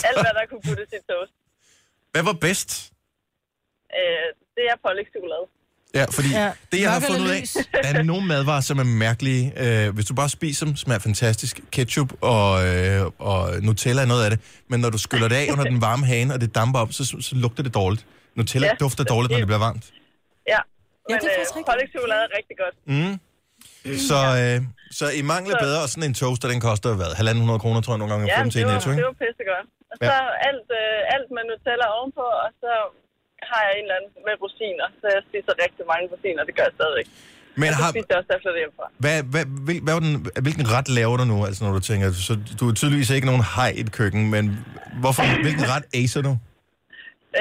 L: alt, hvad der kunne puttes i toast.
A: Hvad var bedst?
L: Øh, det er pålægtschokolade.
A: Ja, fordi
L: Ja,
A: ja, det, jeg har
L: mørk eller
A: fundet ud af,
L: lys?
A: der er nogle madvarer, som er mærkelige. Øh, hvis du bare spiser dem, smager fantastisk. Ketchup og, øh, og Nutella er noget af det. Men når du skyller det af under den varme hane, og det damper op, så, så lugter det dårligt. Nutella ja,
L: Ja,
A: dufter dårligt, når det bliver varmt.
L: Ja,
B: men
L: ja, øh, pålægtschokolade er rigtig godt.
A: Mm. Så, øh, så i mangler bedre, og sådan en toaster, den koster hvad? 1.500 kroner, tror jeg, nogle gange.
L: Ja,
A: Ja,
L: men
A: til
L: det
A: i
L: var,
A: netto, ikke?
L: det var pissegodt. Og
A: Ja.
L: så alt, øh, alt med Nutella ovenpå, og så har jeg en eller anden med rosiner, så jeg spiser rigtig mange rosiner, det gør jeg stadigvæk.
A: Men
L: og så
A: har-
L: spiser jeg også, da jeg flyttede hjemmefra.
A: Hvad, hvad, hvil, hvad var den, hvilken ret laver du nu, altså, når du tænker? Så, du er tydeligvis ikke nogen hej i et køkken, men hvorfor, hvilken ret acer du?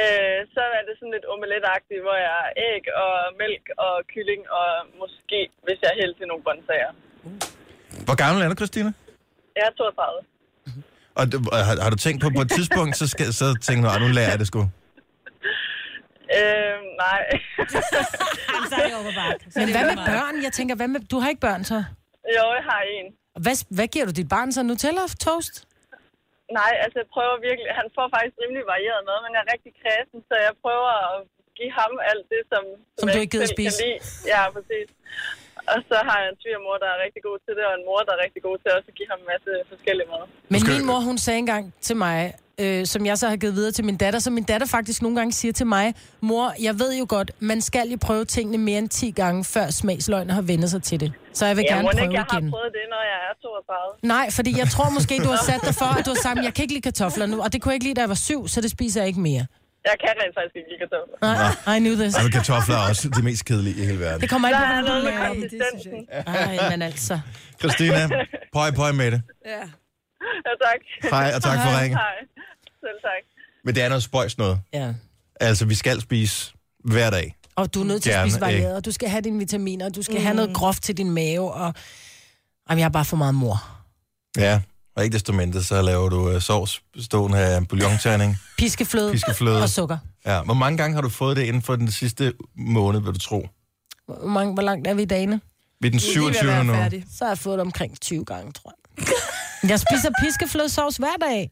L: Øh, så er det sådan lidt omeletagtigt, hvor jeg har æg og mælk og kylling og måske, hvis jeg er heldig, nogle grøntsager.
A: Hvor gammel er du, Christina?
L: Jeg er 32.
A: Og det- og har, har du tænkt på, på et tidspunkt, så, skal, så tænker du, "Ah, nu lærer jeg det sgu.
L: Øh, nej. <laughs>
F: så er det overbart.
B: Men hvad med børn? Jeg tænker, hvad med, du har ikke børn så?
L: Jo, jeg har en.
B: Og Hvad, hvad giver du dit barn så? Nutella toast?
L: Nej, altså jeg prøver virkelig. Han får faktisk rimelig varieret mad, men jeg er rigtig kredsen, så jeg prøver at give ham alt det, som,
B: Som du
L: jeg
B: ikke gider
L: selv
B: spise.
L: kan lide. Ja, præcis. Og så har jeg en svigermor, der er rigtig god til det, og en mor, der er rigtig god til også at give ham en masse forskellige mad.
B: Men min mor, hun sagde engang til mig, øh, som jeg så har givet videre til min datter, som min datter faktisk nogle gange siger til mig, mor, jeg ved jo godt, man skal jo prøve tingene mere end 10 gange, før smagsløgene har vendt sig til det. Så jeg vil
L: ja,
B: gerne
L: mon
B: prøve
L: ikke, jeg har
B: igen.
L: prøvet det, når jeg er 32.
B: Nej, fordi jeg tror måske, du
L: <laughs>
B: har sat dig for, at du har sagt, jeg kan ikke lide kartofler nu, og det kunne jeg ikke lide, da jeg var syv, så det spiser jeg ikke mere.
L: Jeg kan rent faktisk ikke lide kartofler.
B: Nej, I knew this.
A: Og kartofler er også det mest kedelige i hele verden.
B: Det kommer ikke
L: Der
B: på,
L: er
B: hvordan du
L: noget med
B: laver det.
L: konsistensen.
B: Ej, men altså.
A: Christina, pøj pøj med det.
L: Ja. ja, tak.
A: Hej, og tak for
L: Hej.
A: ringen.
L: Hej. Selv tak.
A: Men det er noget spøjs noget.
B: Ja.
A: Altså, vi skal spise hver dag.
B: Og du er nødt til at
A: Gerne,
B: spise varieret,
A: ikke?
B: og du skal have dine vitaminer, og du skal mm. have noget groft til din mave, og... Jamen, jeg er bare for meget mor.
A: Ja, og ikke desto mindre, så laver du øh, sovs bestående af bouillonterning.
B: Piskefløde,
A: Piskefløde.
B: og sukker.
A: Ja, hvor mange gange har du fået det inden for den sidste måned, vil du tro?
B: Hvor, mange, hvor langt er vi i dagene?
A: Vi er den 27. nu.
B: Så har jeg fået det omkring 20 gange, tror jeg. Jeg spiser piskeflødesauce hver dag.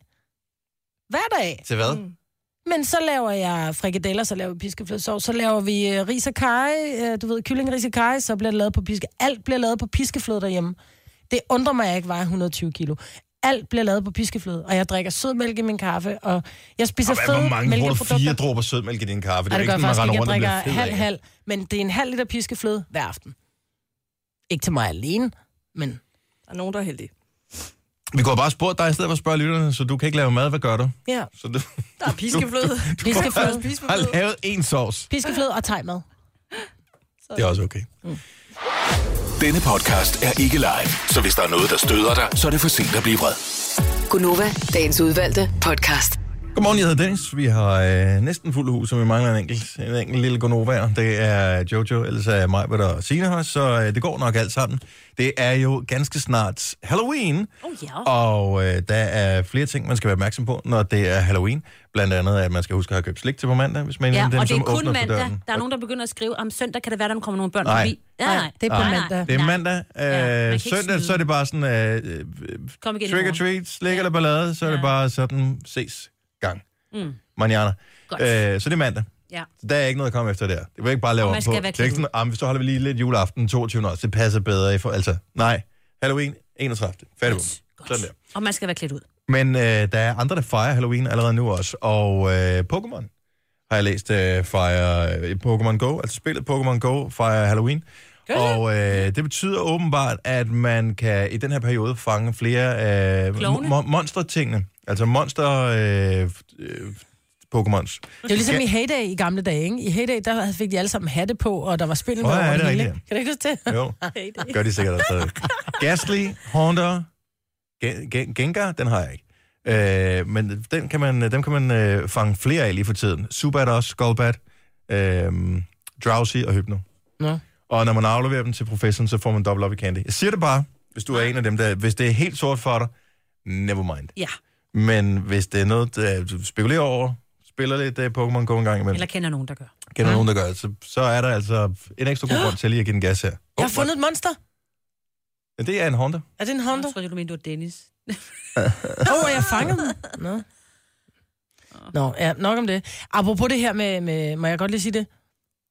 B: Hver dag.
A: Til hvad?
B: Men så laver jeg frikadeller, så laver vi piskeflødesauce, så laver vi øh, ris og kaj, øh, du ved, kylling, ris og kaj, så bliver det lavet på piske. Alt bliver lavet på piskefløde derhjemme. Det undrer mig, at jeg ikke vejer 120 kilo. Alt bliver lavet på piskefløde, og jeg drikker sødmælk i min kaffe, og jeg spiser
A: Og hvad, hvor
B: fede
A: mange bruger du?
B: mælkeprodukter.
A: Fire dråber sødmælk i din kaffe?
B: Ej,
A: Det er jo
B: det
A: ikke
B: gør jeg
A: sådan, man
B: faktisk
A: render
B: ikke. Jeg
A: rundt og
B: drikker
A: bliver fed
B: halv,
A: af.
B: halv, men det er en halv liter piskefløde hver aften. Ikke til mig alene, men... Der
J: er nogen, der er heldige.
A: Vi går bare og spurgt dig i stedet for at spørge lytterne, så du kan ikke lave mad. Hvad gør du?
B: Ja.
A: Så <laughs> du,
J: Der er piskefløde.
A: Du, du, du
B: Piskefløde.
A: har, har lavet en sovs.
B: Piskefløde og tegmad.
A: Det er også okay.
D: Denne podcast er ikke live, så hvis der er noget, der støder dig, så er det for sent at blive vred.
E: Gunova, dagens udvalgte podcast.
A: Godmorgen, jeg hedder Dennis. Vi har øh, næsten fuld hus, og vi mangler en enkelt, en enkelt lille gonovaer. Det er Jojo, ellers er mig, hvad der Signe her, så øh, det går nok alt sammen. Det er jo ganske snart Halloween,
C: Oh, ja.
A: og øh, der er flere ting, man skal være opmærksom på, når det er Halloween. Blandt andet, at man skal huske at have købt slik til på mandag, hvis man er
C: Ja,
A: en af dem,
C: og det
A: som
C: er kun
A: åbner for
C: mandag.
A: døren.
C: Der er nogen, der begynder at skrive, om søndag kan det være, der kommer nogle børn
A: Nej.
C: forbi. Ja, nej. Nej, nej.
A: Det er mandag.
C: kan
A: Øh,
C: ikke
A: søndag,
C: snyde.
A: så er det bare sådan, øh, øh,
C: Kom igen i
A: trick or
C: morgen.
A: treat, slik eller ballade, så er det bare sådan, ses gang.
C: Mm.
A: Manjana.
C: Godt.
A: Øh, så det er mandag.
C: Ja.
A: Så Der er ikke noget at komme efter der. Det vil jeg ikke bare lave
C: Og
A: om
C: man
A: på.
C: skal
A: Det
C: være
A: er ikke sådan,
C: klog.
A: ah, men så holder vi lige lidt juleaften 22. også. Det passer bedre. I for, altså, nej. Halloween 31. Færdig bum. Sådan der.
C: Og man skal være klædt ud.
A: Men øh, der er andre, der fejrer Halloween allerede nu også. Og øh, Pokémon har jeg læst øh, fejrer øh, Pokémon Go. Altså spillet Pokémon Go fejrer Halloween. Og øh, det betyder åbenbart, at man kan i den her periode fange flere øh,
B: Klovne.
A: mo- monstertingene. Altså monster øh, øh, Pokémons.
B: Det er jo ligesom i Heyday i gamle dage, ikke? I Heyday, der fik de alle sammen hatte på, og der var spil med
A: Åh, ja, det
B: over
A: er
B: det hele.
A: rigtigt,
B: ikke? Kan du ikke huske det?
A: Jo.
B: Heyday.
A: Gør de sikkert også stadig. Gasly, Honda, Gen- Gen- Gengar, den har jeg ikke. Øh, men den kan man, dem kan man øh, fange flere af lige for tiden. Subat også, Skullbat, øh, Drowsy og Hypno.
B: Nå.
A: Og når man afleverer dem til professoren, så får man dobbelt op i candy. Jeg siger det bare, hvis du er en af dem, der, hvis det er helt sort for dig, never mind.
C: Ja.
A: Men hvis det er noget, der, du spekulerer over, spiller lidt øh, Pokémon Go en gang imellem,
C: Eller kender nogen, der gør.
A: kender nogen, der gør det, så, så er der altså en ekstra god
B: <gasps>
A: grund til lige at give den gas her.
B: Jeg har fundet et monster.
A: Men det er en Honda.
B: Er det en Honda? Jeg
C: tror du mente, det var Dennis.
B: Åh, oh, jeg fangede den. Nå. Nå, ja, nok om det. Apropos det her med, med må jeg godt lige sige det?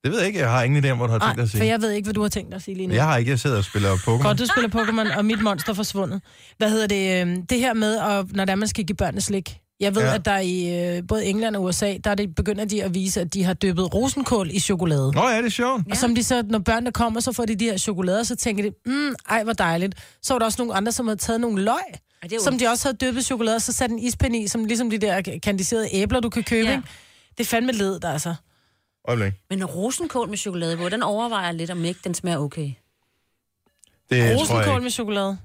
A: Det ved jeg ikke. Jeg har ingen idé om, hvad du har tænkt dig
B: Nej,
A: at sige.
B: for jeg ved ikke, hvad du har tænkt dig at sige lige nu.
A: Jeg har ikke. Jeg sidder og spiller Pokémon.
B: Godt, du spiller Pokémon, og mit monster er forsvundet. Hvad hedder det? øhm, Det her med, at, når der man skal give børnene slik. Jeg ved,
A: Ja.
B: ja. at der i øh, både England og USA, der er det, begynder de at vise, at de har dyppet rosenkål i chokolade.
A: Nå ja, det er sjovt.
B: Og som de så, når børnene kommer, så får de de her chokolader, så tænker de, mm, ej, hvor dejligt. Så var der også nogle andre, som havde taget nogle løg,
C: det er jo-
B: som de også havde dyppet i chokolade, og så sat en ispind i, som ligesom de der kandiserede æbler, du kan købe.
C: Ja.
B: Ja. Det er fandme ledet, altså.
A: Øjeblik.
C: Men rosenkål med chokolade på, den overvejer lidt, om ikke den smager okay.
A: Det tror jeg
B: Rosenkål
A: ikke.
B: med chokolade.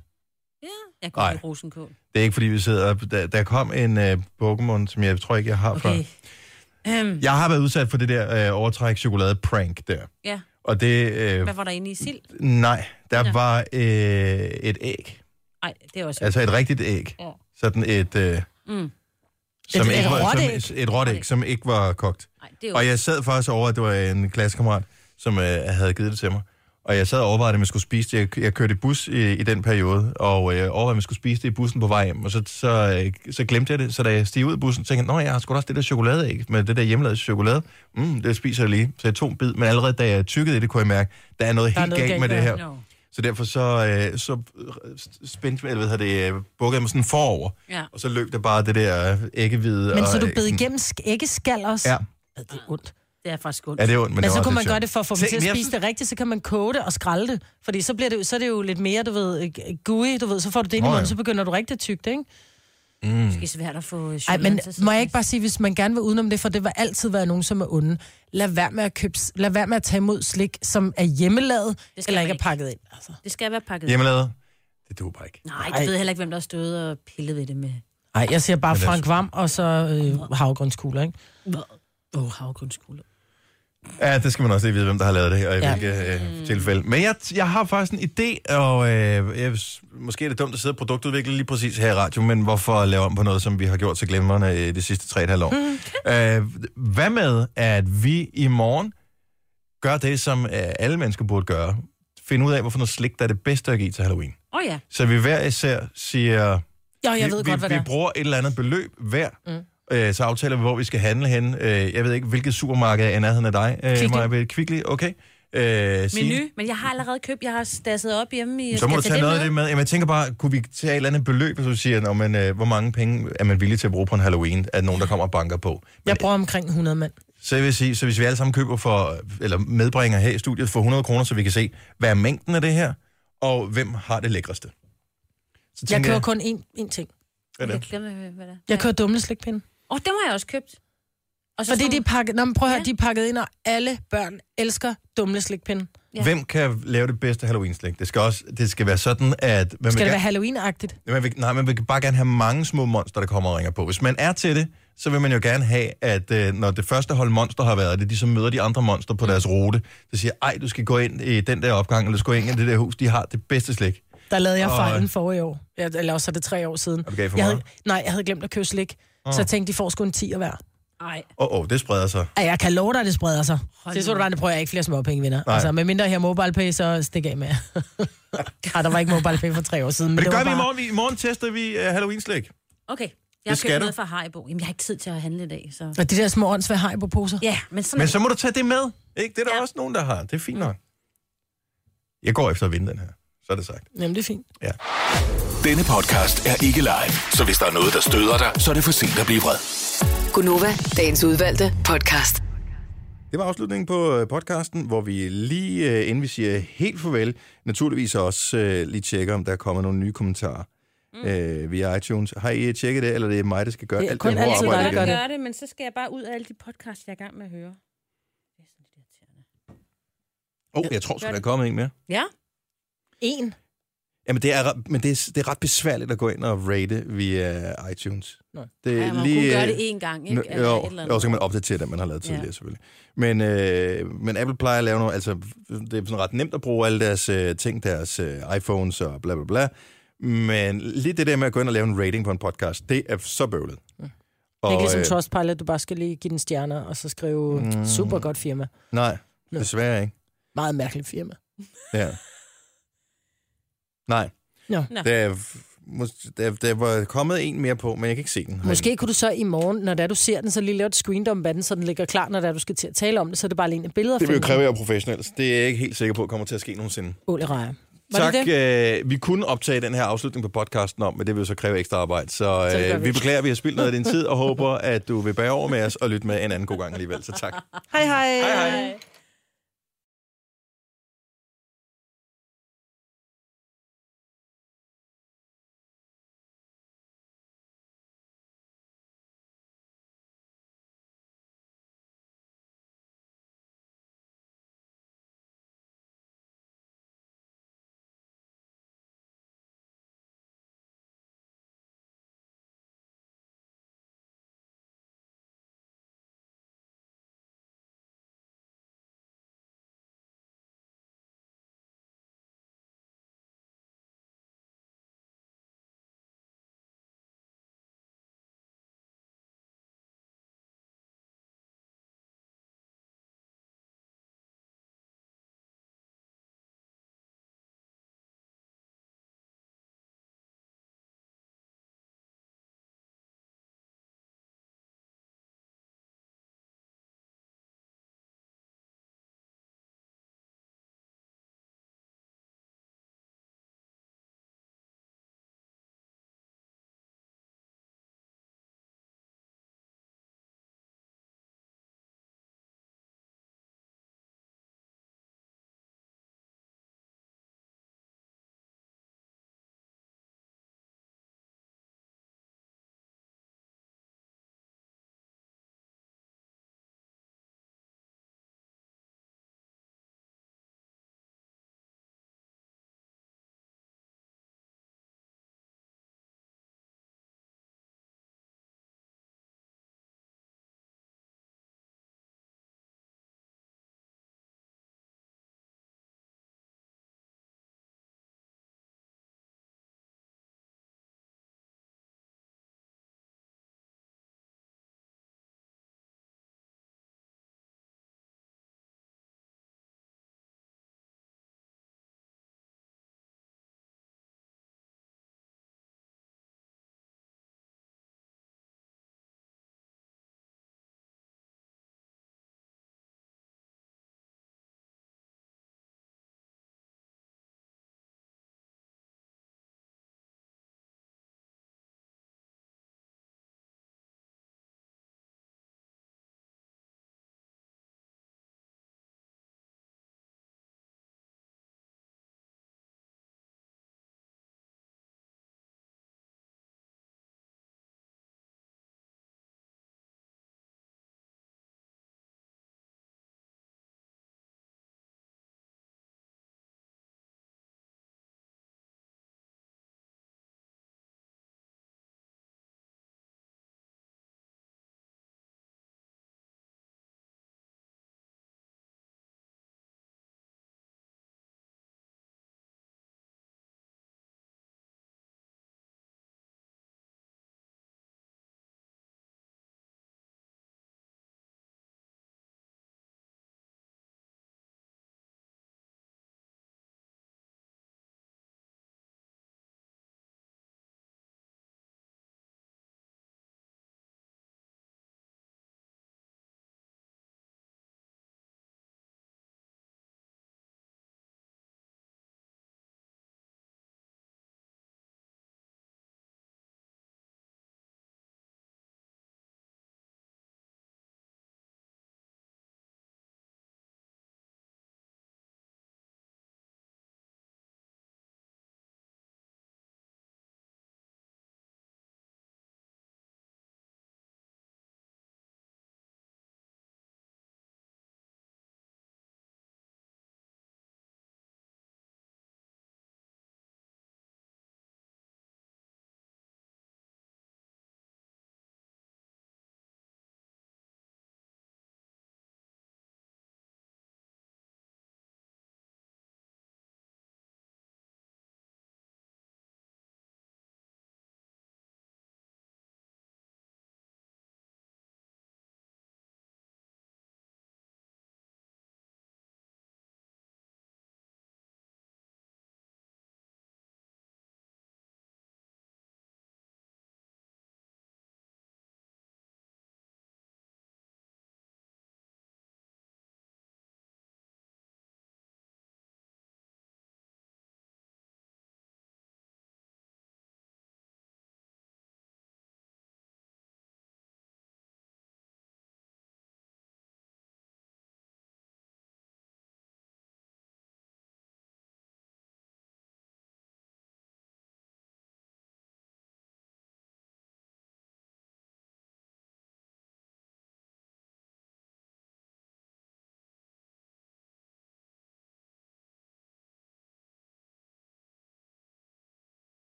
C: Jeg
A: Nej.
C: kan ikke rosenkål.
A: Det er ikke, fordi vi sidder op. Der, der kom en øh, Pokémon, som jeg tror ikke, jeg har okay. før.
C: Øhm,
A: Jeg har været udsat for det der øh, overtræk chokolade-prank der.
C: ja.
A: Og det... Øh,
C: Hvad var der inde i sild?
A: nej, der
C: Ja.
A: var øh, et æg.
C: Nej, det er også...
A: Altså et rigtigt æg.
C: Ja.
A: Sådan et... Øh,
C: Mm.
A: som
C: Et- et
A: ikke var,
C: råt
A: Som, et råt æg, som ikke var kogt.
C: det er jo-
A: og jeg sad faktisk over, at det var en klassekammerat, som øh, havde givet det til mig. Og jeg sad og overvejede, om jeg skulle spise det. Jeg, jeg kørte i bus i, i den periode, og øh, overvejede, om jeg skulle spise det i bussen på vej hjem. Og så, så, øh, så glemte jeg det. Så da jeg steg ud af bussen, tænkte jeg, at jeg har sgu da også det der chokoladeæg med det der hjemmelavede chokolade. Mm, det spiser jeg lige. Så jeg tog en bid, men allerede da jeg tykkede i det, kunne jeg mærke, der er noget
B: Der er
A: helt
B: noget
A: galt
B: galt
A: med det her.
B: der. Nå.
A: Så derfor så, øh, så øh, spændte, eller hvad hedder det, øh, bukkede jeg mig sådan forover.
B: Ja.
A: Og så løb det bare det der øh, æggehvide.
B: Men
A: og,
B: så du
A: øh,
B: bed
A: sådan-
B: igennem sk- æggeskal også?
A: Ja.
B: Det er ondt.
C: Det er faktisk ondt.
A: Ja, det er ondt, men
B: Men,
A: det
B: men
A: er
B: så
A: også
B: kunne
A: lidt
B: man gøre
A: sjovt.
B: det for at få
A: Se,
B: dem til at
A: men jeg
B: spise det rigtigt, så kan man koge det og skralde det. Fordi så, bliver det, jo- så er det jo lidt mere, du ved, øh, gooey, du ved, så får du det ind i
A: Nå, ja.
B: munden, så begynder du rigtig tykt, ikke?
A: Mm.
C: Det er svært at få
B: Ej,
C: chokolade
B: men
C: til at sidde.
B: må jeg ikke bare sige, hvis man gerne vil udenom det, for det vil altid være nogen, som er onde. Lad være med at, købe, lad være med at tage imod slik, som er hjemmelavet,
C: skal
B: eller
C: man
B: ikke er
C: ikke.
B: pakket ind. Altså.
C: Det skal være pakket.
A: Hjemmelavet? Det duer bare ikke.
C: Nej, jeg ved heller ikke, hvem der har stået og pillet ved det med.
B: Nej, jeg siger bare
A: Men det er
B: Frank Vam og så øh, havgrønskugler, ikke?
C: Åh, oh, havgrønskugler.
A: Ja, det skal man også lige vide, hvem der har lavet det, og i ja.
B: Ja.
A: hvilke øh, tilfælde. Men jeg, jeg har faktisk en idé, og øh, jeg, måske er det dumt at sidde og produktudvikle lige præcis her i radio, men hvorfor lave om på noget, som vi har gjort til glemrende øh, de sidste 3,5 år? Mm. Øh, hvad med, at vi i morgen gør det, som øh, alle mennesker burde gøre? Finde ud af, hvorfor noget slik, der er det bedste at give til Halloween.
C: Åh oh, ja.
A: Så vi hver især siger...
B: Jo, jeg ved
A: vi, vi,
B: godt, hvad
A: vi
B: det er.
A: bruger et eller andet beløb hver, mm. øh, så aftaler vi, hvor vi skal handle hen. Øh, jeg ved ikke, hvilket supermarked er i nærheden af dig, øh,
C: Kvickly.
A: Maja Bette. Kvickly, okay. Øh, Signe?
C: Menu, men jeg har allerede købt, jeg har stasset op hjemme i...
A: Så må
C: Skal
A: du tage
C: jeg
A: noget af det med. Jamen, jeg tænker bare, kunne vi tage et eller andet beløb, og så siger, når man, øh, hvor mange penge er man villig til at bruge på en Halloween, at nogen, der kommer og banker på.
B: Jeg bruger omkring 100 mand.
A: Så jeg vil sige, så hvis vi alle sammen køber for, eller medbringer her i studiet for 100 kroner, så vi kan se, hvad er mængden af det her, og hvem har det lækreste. Så
B: Jeg
A: tænker
B: kører kun én, én ting.
A: Hvad er det?
C: Glem, hvad- hvad det er.
B: Jeg kører dumle slikpinde.
C: Åh, oh, dem har jeg også købt.
B: Og så Fordi de er pakket, nå, men prøv at høre, de er pakket ind, og alle børn elsker dumle slikpinde.
A: Ja. Hvem kan lave det bedste Halloween-slik? Det skal også det skal være sådan, at... Man
B: Skal det
A: vil
B: være
A: gerne,
B: Halloween-agtigt?
A: man vil, nej, man vil bare gerne have mange små monster, der kommer og ringer på. Hvis man er til det, så vil man jo gerne have, at øh, når det første hold monster har været det, de så møder de andre monster
B: Mm.
A: på deres rute, så siger, ej, du skal gå ind i den der opgang, eller du skal gå ind i det der hus, de har det bedste slik.
B: Der lavede jeg
A: Og-
B: fejlen for i år. Ja, Eller også er det tre år siden.
A: du gav for
B: jeg havde,
A: meget?
B: nej, jeg havde glemt at købe slik.
A: Åh.
B: Så jeg tænkte, de får sgu en 10 hver. Nej.
A: Åh, oh, oh, det spreder sig.
B: Ja, jeg kan love dig, at det spreder sig.
C: Hold
B: det er så du bare, det prøver jeg ikke flere småpenge, venner.
A: Nej.
B: Altså, med mindre her MobilePay, så stik af med. <laughs> Ej, der var ikke MobilePay for tre år siden.
A: Men det, gør
B: var
A: vi i
B: bare- Mm.
A: morgen. Vi- I morgen tester vi øh, Halloween-slik.
C: Okay, jeg har
A: skal
C: købt
A: du.
C: noget fra Haribo. Jamen, jeg har ikke tid til at handle i dag, så...
B: Og de der små åndssvær har på poser.
C: Ja, men sådan...
A: Men så må du tage det med. Ikke? Det er der ja. også nogen, der har. Det er fint
B: Mm.
A: nok. Jeg går efter at vinde den her. Så er det sagt.
B: Jamen, det er fint.
D: Denne podcast er ikke live, så hvis der er noget, der støder dig, så er det for sent at blive vred.
E: Gunova, dagens udvalgte podcast.
A: Det var afslutningen på øh, podcasten, hvor vi lige øh, inden vi siger helt farvel, naturligvis også øh, lige tjekker, om der kommer nogle nye kommentarer mm. øh, via iTunes. Har I øh, tjekket det, eller er det er mig, der skal gøre
B: Det er
A: alt
B: kun
A: det hårde
B: altid
A: arbejde?
B: dig, der
A: igen?
B: gør
C: gør det, men så skal jeg bare ud af alle de podcasts, jeg er i gang med at høre.
A: Åh, oh, jeg tror sgu, der er kommet en mere.
C: Ja?
B: En?
A: Jamen, det er, ret- men det er, det er ret besværligt at gå ind og rate via iTunes.
B: Nej.
A: Det øh,
C: Ja, man kunne gøre det én gang, ikke?
A: Nå,
C: Eller
A: jo,
C: et eller andet.
A: og så kan man opdatere det, man har lavet tidligere, ja. selvfølgelig. Men, øh, men Apple plejer at lave noget, altså det er sådan ret nemt at bruge alle deres øh, ting, deres øh, iPhones og bla bla bla. Men lige det der med at gå ind og lave en rating på en podcast, det er så bøvlet. Ja.
B: Og, ikke ligesom Trustpilot, du bare skal lige give den stjerner, og så skrive,
A: øh, Mm.
B: mm. super godt firma.
A: Nej, desværre ikke.
B: Meget mærkeligt firma.
A: Ja. Nej.
B: Nå.
A: Der, er, mås- der, der var kommet en mere på, men jeg kan ikke se den.
B: Måske kunne du så i morgen, når det er, du ser den, så lige lave et screendom af den, så den ligger klar, når det er, du skal til at tale om det, så er det bare lige en billeder.
A: Det vil jo kræve, at jeg er professionel. så Det er jeg ikke helt sikker på, kommer til at ske nogensinde.
B: Ole Rejer. Var
A: Tak.
B: Det det?
A: Øh, vi kunne optage den her afslutning på podcasten om, men det vil jo så kræve ekstra arbejde. Så,
B: Så det gør
A: øh,
B: vi
A: vi
B: ikke.
A: beklager, at vi har spildt noget af din tid, og håber, at du vil bære over med os og lytte med en anden god gang alligevel. Så tak.
J: Hej hej. hej, hej.